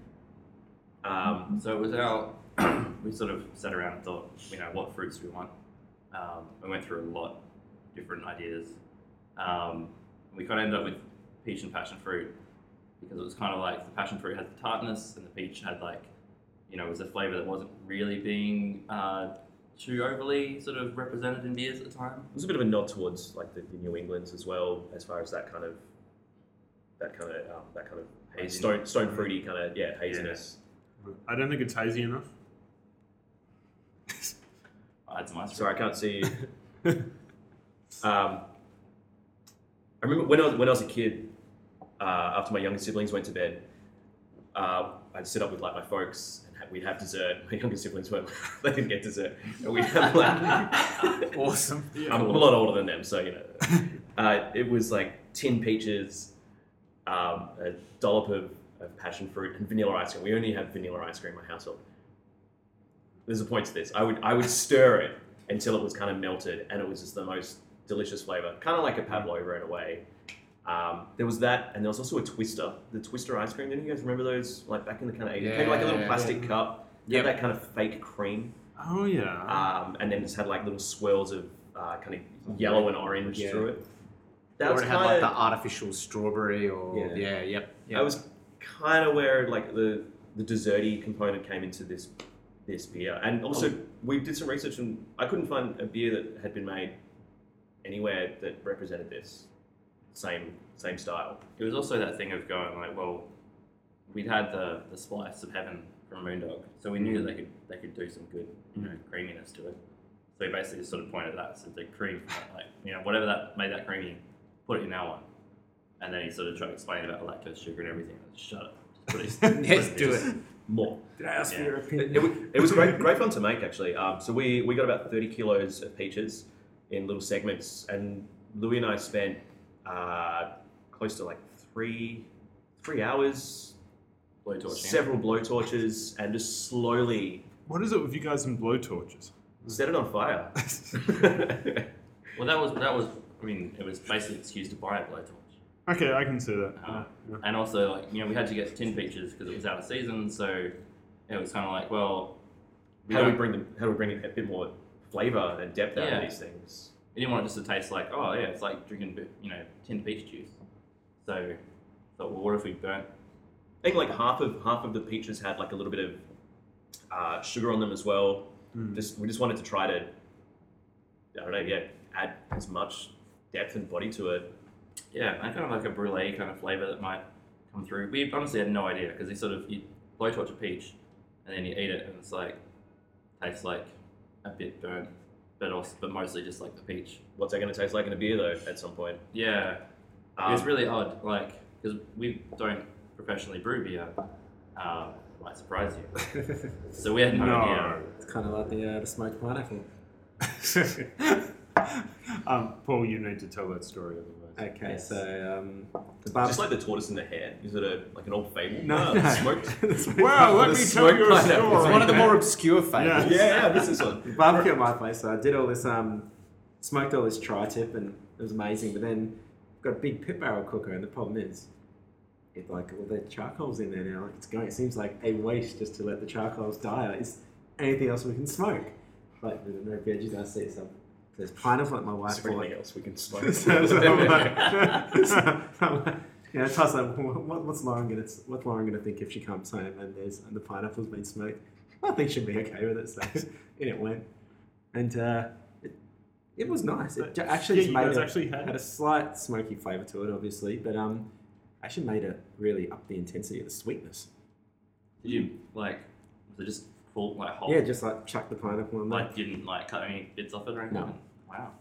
Um, So it was our, we sort of sat around and thought, you know, what fruits do we want? Um, we went through a lot of different ideas. Um, we kind of ended up with peach and passion fruit because it was kind of like the passion fruit had the tartness and the peach had like, you know, it was a flavor that wasn't really being uh, too overly sort of represented in beers at the time. it was a bit of a nod towards like the, the New England's as well, as far as that kind of that kind of um, that kind of Hazy. stone stone fruity kind of yeah haziness. I don't think it's hazy enough. I had some ice cream. Sorry, I can't see. you. um, I remember when I was when I was a kid, uh, after my younger siblings went to bed, uh, I'd sit up with like my folks and ha- we'd have dessert. My younger siblings weren't they didn't get dessert, and we'd have like Awesome. I'm a lot older than them, so you know. uh, it was like tin peaches, um, a dollop of, of passion fruit, and vanilla ice cream. We only have vanilla ice cream in my household. There's a point to this. I would I would stir it until it was kind of melted, and it was just the most delicious flavor, kind of like a pavlova in a way. Um, there was that, and there was also a twister, the twister ice cream. Didn't you guys remember those? Like back in the kind of 80s, It came in like a little Yeah. plastic cup. Yeah, Yep. that kind of fake cream Oh yeah. um, and then it's had like little swirls of uh, kind of yellow and orange Yeah. through it. That Or was it had like kind the of artificial strawberry or Yeah. yeah, yep. yep. that was kind of where like the the desserty component came into this this beer, and also we did some research and I couldn't find a beer that had been made anywhere that represented this same same style. It was also that thing of going like, well, we'd had the, the splice of heaven from Moondog, so we knew they could they could do some good you know, creaminess to it. So we basically just sort of pointed at that, so the cream, from that, like you know, whatever that made that creamy, put it in our one. And then he sort of tried to explain about lactose sugar and everything. I was, Shut up. Just put it, Let's do it. More. ask for your It, wa- it was great, great fun to make actually. Um, so we, we got about 30 kilos of peaches in little segments, and Louis and I spent uh, close to like three three hours, Blowtorch. several blowtorches, and just slowly What is it with you guys and blowtorches? set it on fire. Well, that was that was. I mean, it was basically an excuse to buy a blowtorch. Okay, I can see that. Uh, Yeah, And also, like, you know, we had to get tin peaches because it was out of season, so it was kind of like, well, we, how do we don't- bring them? How do we bring a bit more flavor and depth out Yeah. of these things? we didn't want it just to taste like, oh, yeah, it's like drinking, bit- you know, tinned peach juice. So thought, well, what if we burnt? I think like half of half of the peaches had like a little bit of uh, sugar on them as well. Hmm. Just we just wanted to try to I don't know, yeah, add as much depth and body to it. Yeah, and kind of like a brulee kind of flavor that might come through. We honestly had no idea because you sort of, you blowtorch a peach and then you eat it and it's like, tastes like a bit burnt, but also, but mostly just like the peach. What's that going to taste like in a beer though? At some point, Yeah, um, it was really odd, like because we don't professionally brew beer. Um, it might surprise you. so we had no, No. idea. It's kind of like the, uh, the smoked pineapple. um, Paul, you need to tell that story otherwise. Okay, Yes. so um, the Just barbecue. like the tortoise and the hare. Is it a like an old fable? No, Oh, no. smoked. Well, let me tell you The a smoked pineapple. story. It's one of the more obscure fables. Yeah, yeah, this is one. barbecue at my place. So I did all this, um, smoked all this tri-tip, and it was amazing. But then got a big pit barrel cooker, and the problem is, it like all the charcoal's in there now. Like it's going. It seems like a waste just to let the charcoals die. Like, is anything else we can smoke? Like there's no veggies. I see some. There's pineapple at my Is wife's there bought. anything else we can smoke? so, so I'm like, so I'm like, yeah, plus like, what, what's Lauren gonna what's Lauren gonna think if she comes home and there's and the pineapple's been smoked? I think she'll be okay with it. So in it went, and uh, it, it was nice. It ju- actually Yeah, you made guys a, actually had- a slight smoky flavour to it, obviously, but um, actually made it really up the intensity of the sweetness. Did you like? Was it just full like Oh. whole? Yeah, just like chuck the pineapple on there. like didn't like cut any bits off it or anything. No. Wow.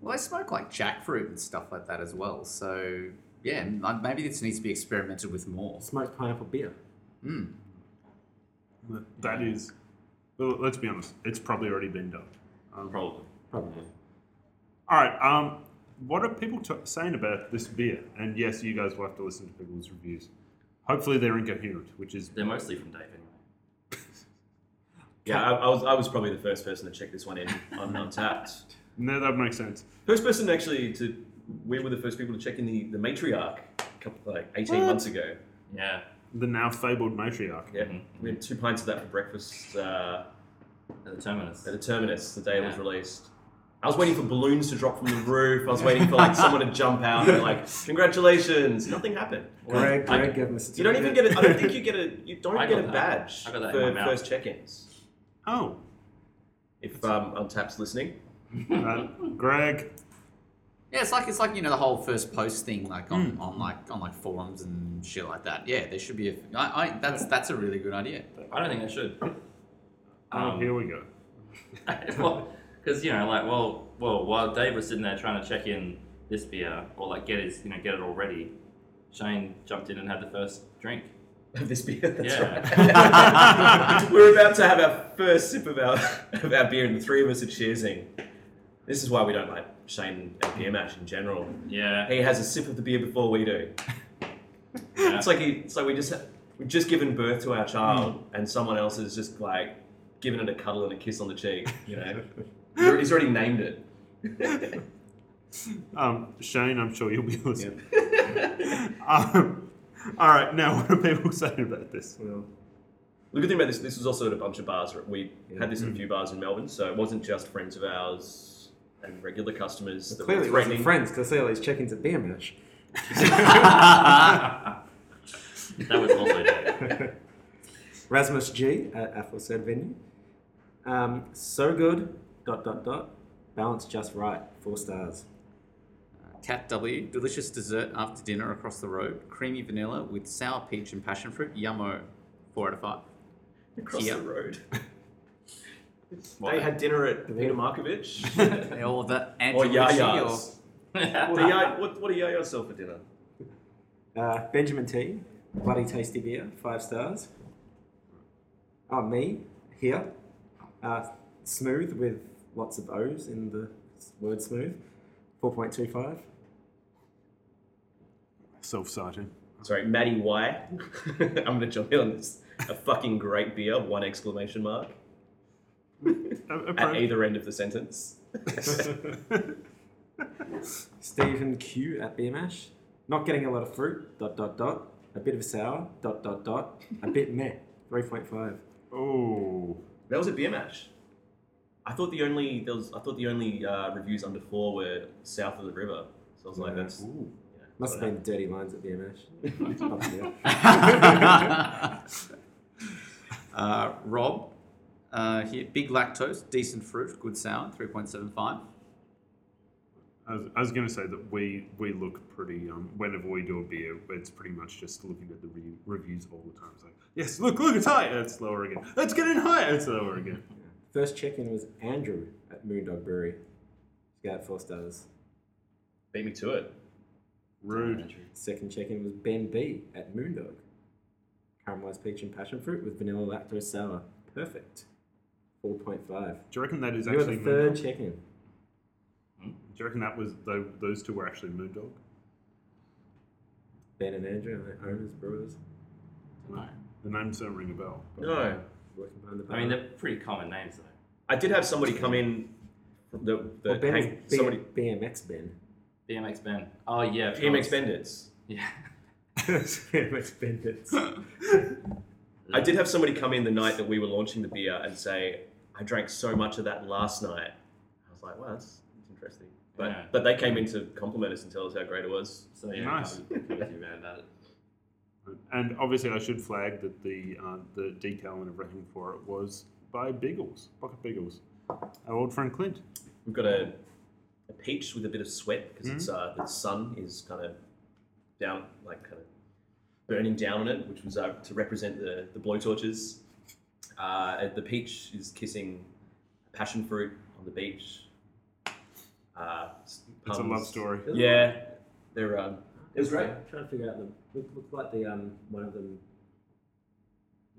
Well, they smoke like jackfruit and stuff like that as well. So yeah, m- uh, maybe this needs to be experimented with more. Smoked pineapple beer. Mm. That is, well, let's be honest, it's probably already been done. Probably. Probably. All right. Um, what are people t- saying about this beer? And yes, you guys will have to listen to people's reviews. Hopefully, they're incoherent, which is They're mostly from Dave anyway. Yeah, I, I was I was probably the first person to check this one in on Untapped. no, that makes sense. First person actually to we were the first people to check in the the matriarch a couple like eighteen months ago. Yeah. The now fabled matriarch. Yeah, Mhm. we had two pints of that for breakfast uh, At the terminus. at a terminus the day it was Yeah. released. I was waiting for balloons to drop from the roof. I was waiting for like someone to jump out and be like, "Congratulations!" Nothing happened. Greg, I- Greg, give him a You don't even get a. I don't think you get a. You don't I get a got that. badge I got that in for my mouth. first check-ins. Oh, If um, Untapped's listening, uh, Greg. Yeah, it's like it's like you know the whole first post thing, like on, on like on like forums and shit like that. Yeah, there should be a. I, I that's that's a really good idea. I don't think they should. Um. Oh, here we go. because you know, like, well, well, while Dave was sitting there trying to check in this beer or like get his, you know, get it all ready, Shane jumped in and had the first drink. of this beer. That's Yeah. right. We're about to have our first sip of our of our beer, and the three of us are cheersing. This is why we don't like Shane and beer mash in general. Yeah. He has a sip of the beer before we do. yeah. It's like he, it's like we just we've just given birth to our child, Hmm. and someone else is just like giving it a cuddle and a kiss on the cheek. You know, He's already- he's already named it. Um, Shane, I'm sure you'll be listening. um, all right. Now, what are people saying about this? Well, The good thing about this, this was also at a bunch of bars. We Yeah. had this at Hmm. a few bars in Melbourne, so it wasn't just friends of ours and regular customers. that were clearly, it wasn't threatening- friends because they all these check-ins at beer mash. That was also Dave. Rasmus G at aforesaid venue. Um, so good. Dot dot dot. Balance just right. Four stars. Cat W, delicious dessert after dinner across the road, creamy vanilla with sour peach and passion fruit. Yummo, four out of five. across Yeah. the road. What? They had dinner at Peter Markovich. Or the or Angelucci, Yaya's. yeah. What do ya- what, what do Yayas sell for dinner? Uh, Benjamin T. Bloody tasty beer. Five stars. Oh, me here. Uh, smooth with lots of O's in the word smooth. 4.25. Self-citing. Sorry, Maddie Y. I'm going to jump in on this. A fucking great beer, one exclamation mark, at either end of the sentence. Stephen Q at Beer Mash. Not getting a lot of fruit. Dot dot dot. A bit of sour. Dot dot dot. A bit meh. 3.5. oh, That was a beer match. I thought the only there was, I thought the only uh, reviews under four were south of the river. So I was like, Yeah. that's yeah, Must have been dirty lines at BMH. uh, Rob, uh, here, big lactose, decent fruit, good sour, 3.75. I was, I was going to say that we we look pretty. Um, whenever we do a beer, it's pretty much just looking at the re- reviews all the time. It's like, yes, look, look, it's high. It's lower again. Let's get in higher. It's lower again. First check-in was Andrew at Moondog Brewery. He got four stars. beat me to it. Rude. Second check-in was Ben B at Moondog. Caramelized peach and passion fruit with vanilla lactose sour. Perfect. 4.5. Do you reckon that is You were actually the third Moondog? check-in. Do you reckon that was tho- those two were actually Moondog? Ben and Andrew are the owners, brewers, No. The names don't ring a bell. No. working behind the bar. I mean, they're pretty common names though. I did have somebody come in. The, the well, ben hang- is somebody B- BMX Ben. BMX Ben. Oh yeah, of PMX course. Bandits. Yeah. BMX Bandits. I did have somebody come in the night that we were launching the beer and say, "I drank so much of that last night." I was like, "Wow, that's, that's interesting." But Yeah. but they came in to compliment us and tell us how great it was. So yeah, Nice. can't be- can't be too bad about it. And obviously, I should flag that the uh, the decal and everything for it was by Beagles, Pocket Beagles, our old friend Clint. We've got a, a peach with a bit of sweat because it's uh, the sun is kind of down, like kind of burning down on it, which was uh, to represent the the blowtorches. Uh, and the peach is kissing passion fruit on the beach. Uh, it's It's a love story. Yeah, they're um, it was great. I'm trying to figure out the look, look like the um one of them.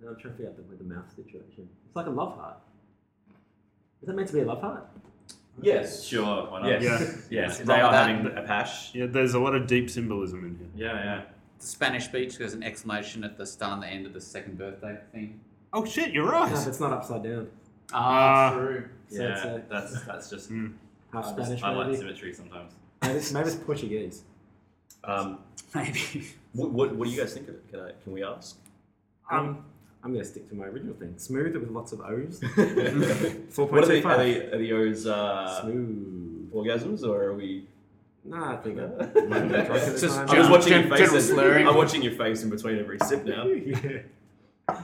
No, I'm trying to figure out the, with the mouth situation. It's like a love heart. Is that meant to be a love heart? Yes. Sure. Why not? Yes. Yeah. Um, Yes. Yeah. They are That- having a pash. Yeah, there's a lot of deep symbolism in here. Yeah. Yeah. The Spanish beach, there's an exclamation at the start and the end of the second birthday thing. Oh shit, you're No, right. it's not upside down. Ah, Ah. true. So yeah. it's a- that's that's just. Mm. Half I, Spanish, just, I like maybe. symmetry sometimes. Maybe it's, maybe it's Portuguese. Um, Maybe. what, what, what do you guys think of it? Can I? Can we ask? Um, I'm going to stick to my original thing. Smooth with lots of O's. what are the 4.25. are the, are the O's uh, Smooth. orgasms or are we? Nah, I think I might have been drunk at I the Just time. was General- watching your gen- face. general and- slurring. I'm watching your face in between every sip now. yeah.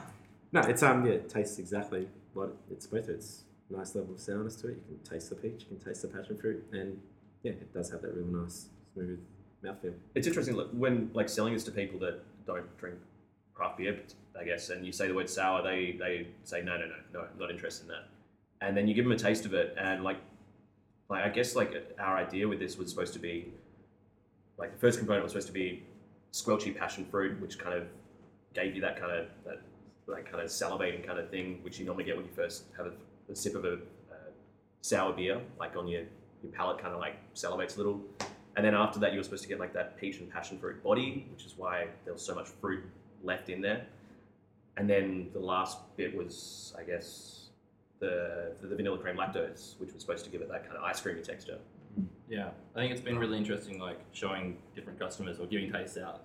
No, it's um yeah, it tastes exactly what it's supposed to. It's a nice level of sourness to it. You can taste the peach, you can taste the passion fruit, and yeah, it does have that real nice smooth mouthfeel. It's interesting like, when like selling this to people that don't drink craft beer, I guess, and you say the word sour, they they say no, no, no, no, I'm not interested in that. And then you give them a taste of it, and like, like I guess like our idea with this was supposed to be, like the first component was supposed to be squelchy passion fruit, which kind of gave you that kind of that like kind of salivating kind of thing, which you normally get when you first have a, a sip of a, uh sour beer, like on your your palate kind of like salivates a little. And then after that, you were supposed to get like that peach and passion fruit body, which is why there was so much fruit left in there. And then the last bit was, I guess, the the, vanilla cream lactose, which was supposed to give it that kind of ice creamy texture. Yeah, I think it's been really interesting, like showing different customers or giving tastes out,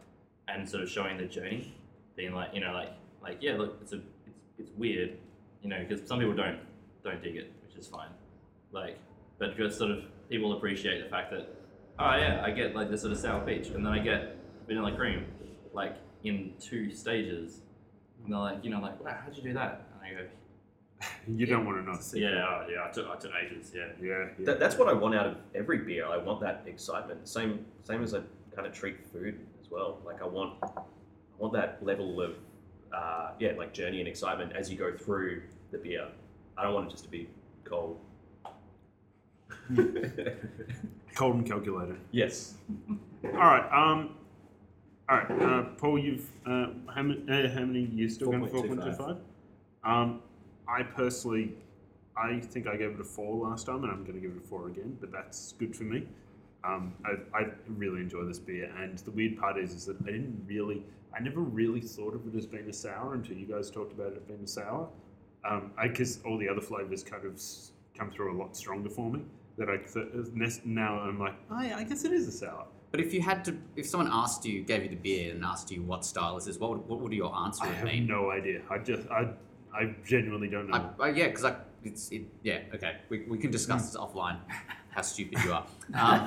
and sort of showing the journey, being like, you know, like, like yeah, look, it's a, it's, it's weird, you know, because some people don't don't dig it, which is fine, like, but just sort of people appreciate the fact that, oh yeah, I get like the sort of sour peach, and then I get vanilla cream, like in two stages, and they're like, you know, like, wow, how'd you do that? And I go, You don't want to know. yeah, oh, yeah, I took, I took ages, yeah. Yeah, yeah. That, that's what I want out of every beer. I want that excitement. Same same as I kind of treat food as well. Like I want I want that level of uh, yeah, like journey and excitement as you go through the beer. I don't want it just to be cold. cold and calculated. yes. All right. Um, all right, uh, Paul. You've uh, how, many, uh, how many you still going four point two 4.25. five? Um, I personally, I think I gave it a four last time, and I'm going to give it a four again. But that's good for me. Um, I, I really enjoy this beer, and the weird part is, is that I didn't really, I never really thought of it as being a sour until you guys talked about it being a sour. Um, I guess all the other flavors kind of s- come through a lot stronger for me. That I th- now I'm like, oh yeah, I guess it is a sour. But if you had to, if someone asked you, gave you the beer and asked you what style is this, what would, what would your answer I have have been? no idea. I just I I genuinely don't know. I, I, yeah, because I, it's, it, yeah, okay. We, we can discuss this offline, how stupid you are. Um,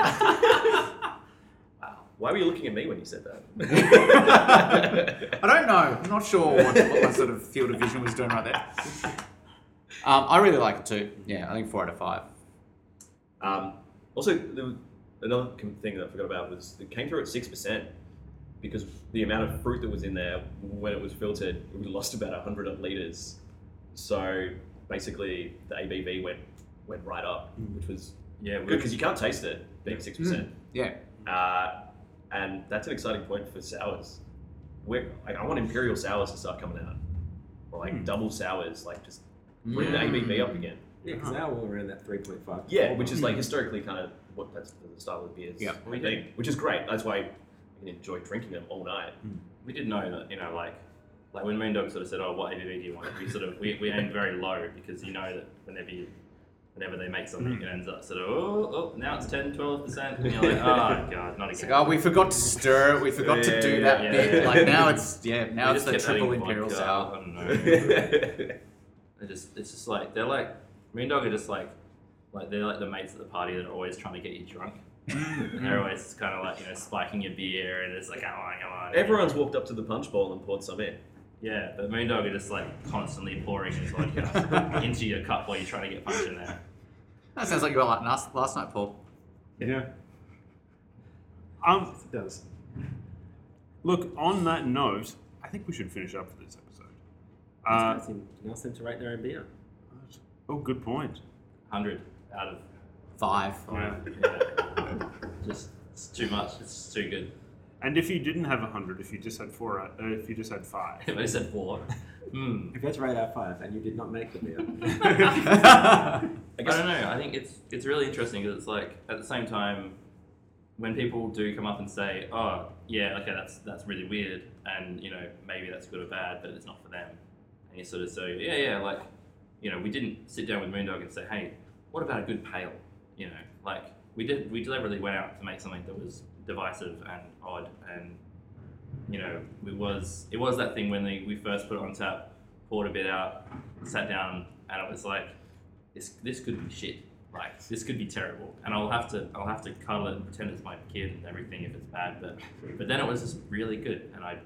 Why were you looking at me when you said that? I don't know. I'm not sure what, what my sort of field of vision was doing right there. Um, I really like it too. Yeah, I think four out of five. um, also, there was another com- thing that I forgot about was it came through at six percent because the amount of fruit that was in there when it was filtered, we lost about hundred liters. So basically, the ABV went went right up, which was Yeah, we- good because you can't taste it being six percent. Yeah. Uh, and that's an exciting point for sours. We're, like, I want imperial sours to start coming out, or like double sours, like just Mm. bring the ABV up again. Yeah, because now we're around that three point five. Yeah, which is like historically kind of what that's the style of the beers. Yeah. we think, which is great. That's why you can enjoy drinking them all night. we did know that you know like like when Moon Dog sort of said, "Oh, what ABV do you want?" We sort of we, we aimed very low because you know that whenever you, whenever they make something, Hmm. it ends up sort of oh, oh now it's 10, 12 percent, and you're like, "Oh God, not It's again." like, oh, we forgot to stir it. We forgot to do Yeah, that yeah, bit. yeah. Like now it's yeah, now We it's just the kept adding triple imperial vodka, sour. I don't know. yeah, They just it's just like they're like Moon Dog are just like like they're like the mates at the party that are always trying to get you drunk. and they're always kind of like you know spiking your beer and it's like come on, come on. everyone's walked up to the punch bowl and poured some in. Yeah, but Moondog are just like constantly pouring his vodka into your cup while you're trying to get punch in there. That sounds like you were like last, last night, Paul. Yeah. Um, It does. look, on that note, I think we should finish up for this episode. Uh, It's nice in- nice them to rate their own beer. oh, good point. 100 out of Five. Oh, Yeah. 5. Yeah. just, it's too much. It's just too good. And if you didn't have 100, if you just had four, uh, if you just had five. They said 4. Hmm. If you had to rate out of five and you did not make the beer, I, don't know. I think it's it's really interesting because it's like at the same time, when people do come up and say, "Oh, yeah, okay, that's that's really weird," and you know maybe that's good or bad, but it's not for them, and you sort of say, "Yeah, yeah," like you know we didn't sit down with Moondog and say, "Hey, what about a good pale?" You know, like we did. We deliberately went out to make something that was divisive and odd, and you know it was it was that thing when they, we first put it on tap, poured a bit out, sat down, and it was like this this could be shit. Like this could be terrible, and I'll have to I'll have to cuddle it and pretend it's my kid and everything if it's bad. But but then it was just really good, and I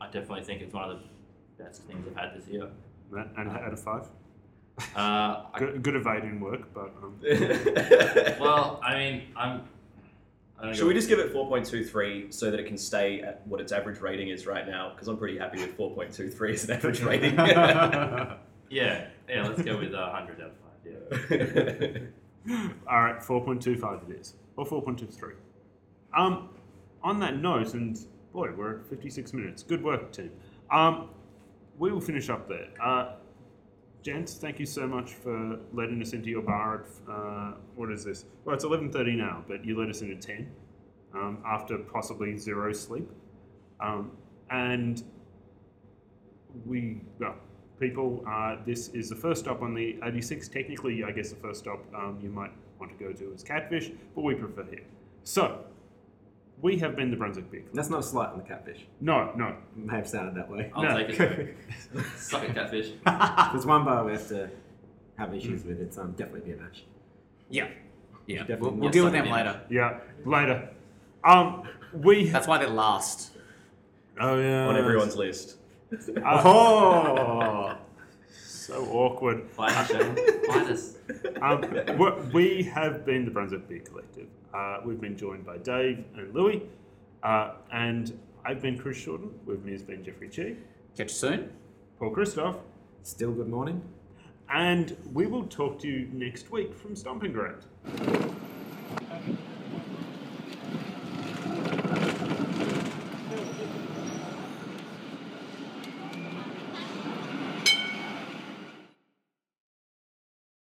I definitely think it's one of the best things I've had this year. That- And out of five. Uh, I, Good, good evading work, but um, well, I mean I'm. I don't Should we just give it 4.23 so that it can stay at what its average rating is right now? Because I'm pretty happy with 4.23 as an average rating. um. Yeah, yeah. Let's go with uh, hundred out of five. Yeah. all right, 4.25 it is, or 4.23. Um, on that note, and boy, we're at 56 minutes. Good work, team. Um, we will finish up there. Uh, gents, thank you so much for letting us into your bar. At, uh, what is this? Well, it's 11:30 now, but you let us in at 10 um, after possibly zero sleep, um, and we well. People, uh, this is the first stop on the 86. Technically, I guess the first stop um, you might want to go to is Catfish, but we prefer here. So, we have been the Brunswick Beer Club. that's not a slight on the catfish. No, no. It may have sounded that way. I'll No. take it. Suck it, catfish. There's one bar we have to have issues with. It's um, definitely beer mash. Yeah. Yeah. Definitely We'll, we'll not deal with them something later. Yeah, later. Um, we. That's why they're last. Oh yeah. On everyone's list. Oh. so awkward. Find us, Shane. Find us. Um, we- we have been the Brunswick Beer Collective. Uh, we've been joined by Dave and Louis, uh, and I've been Chris Shorten. With me has been Jeffrey Chi, Catch you soon. Paul Christoph, Still good morning. and we will talk to you next week from Stomping Ground.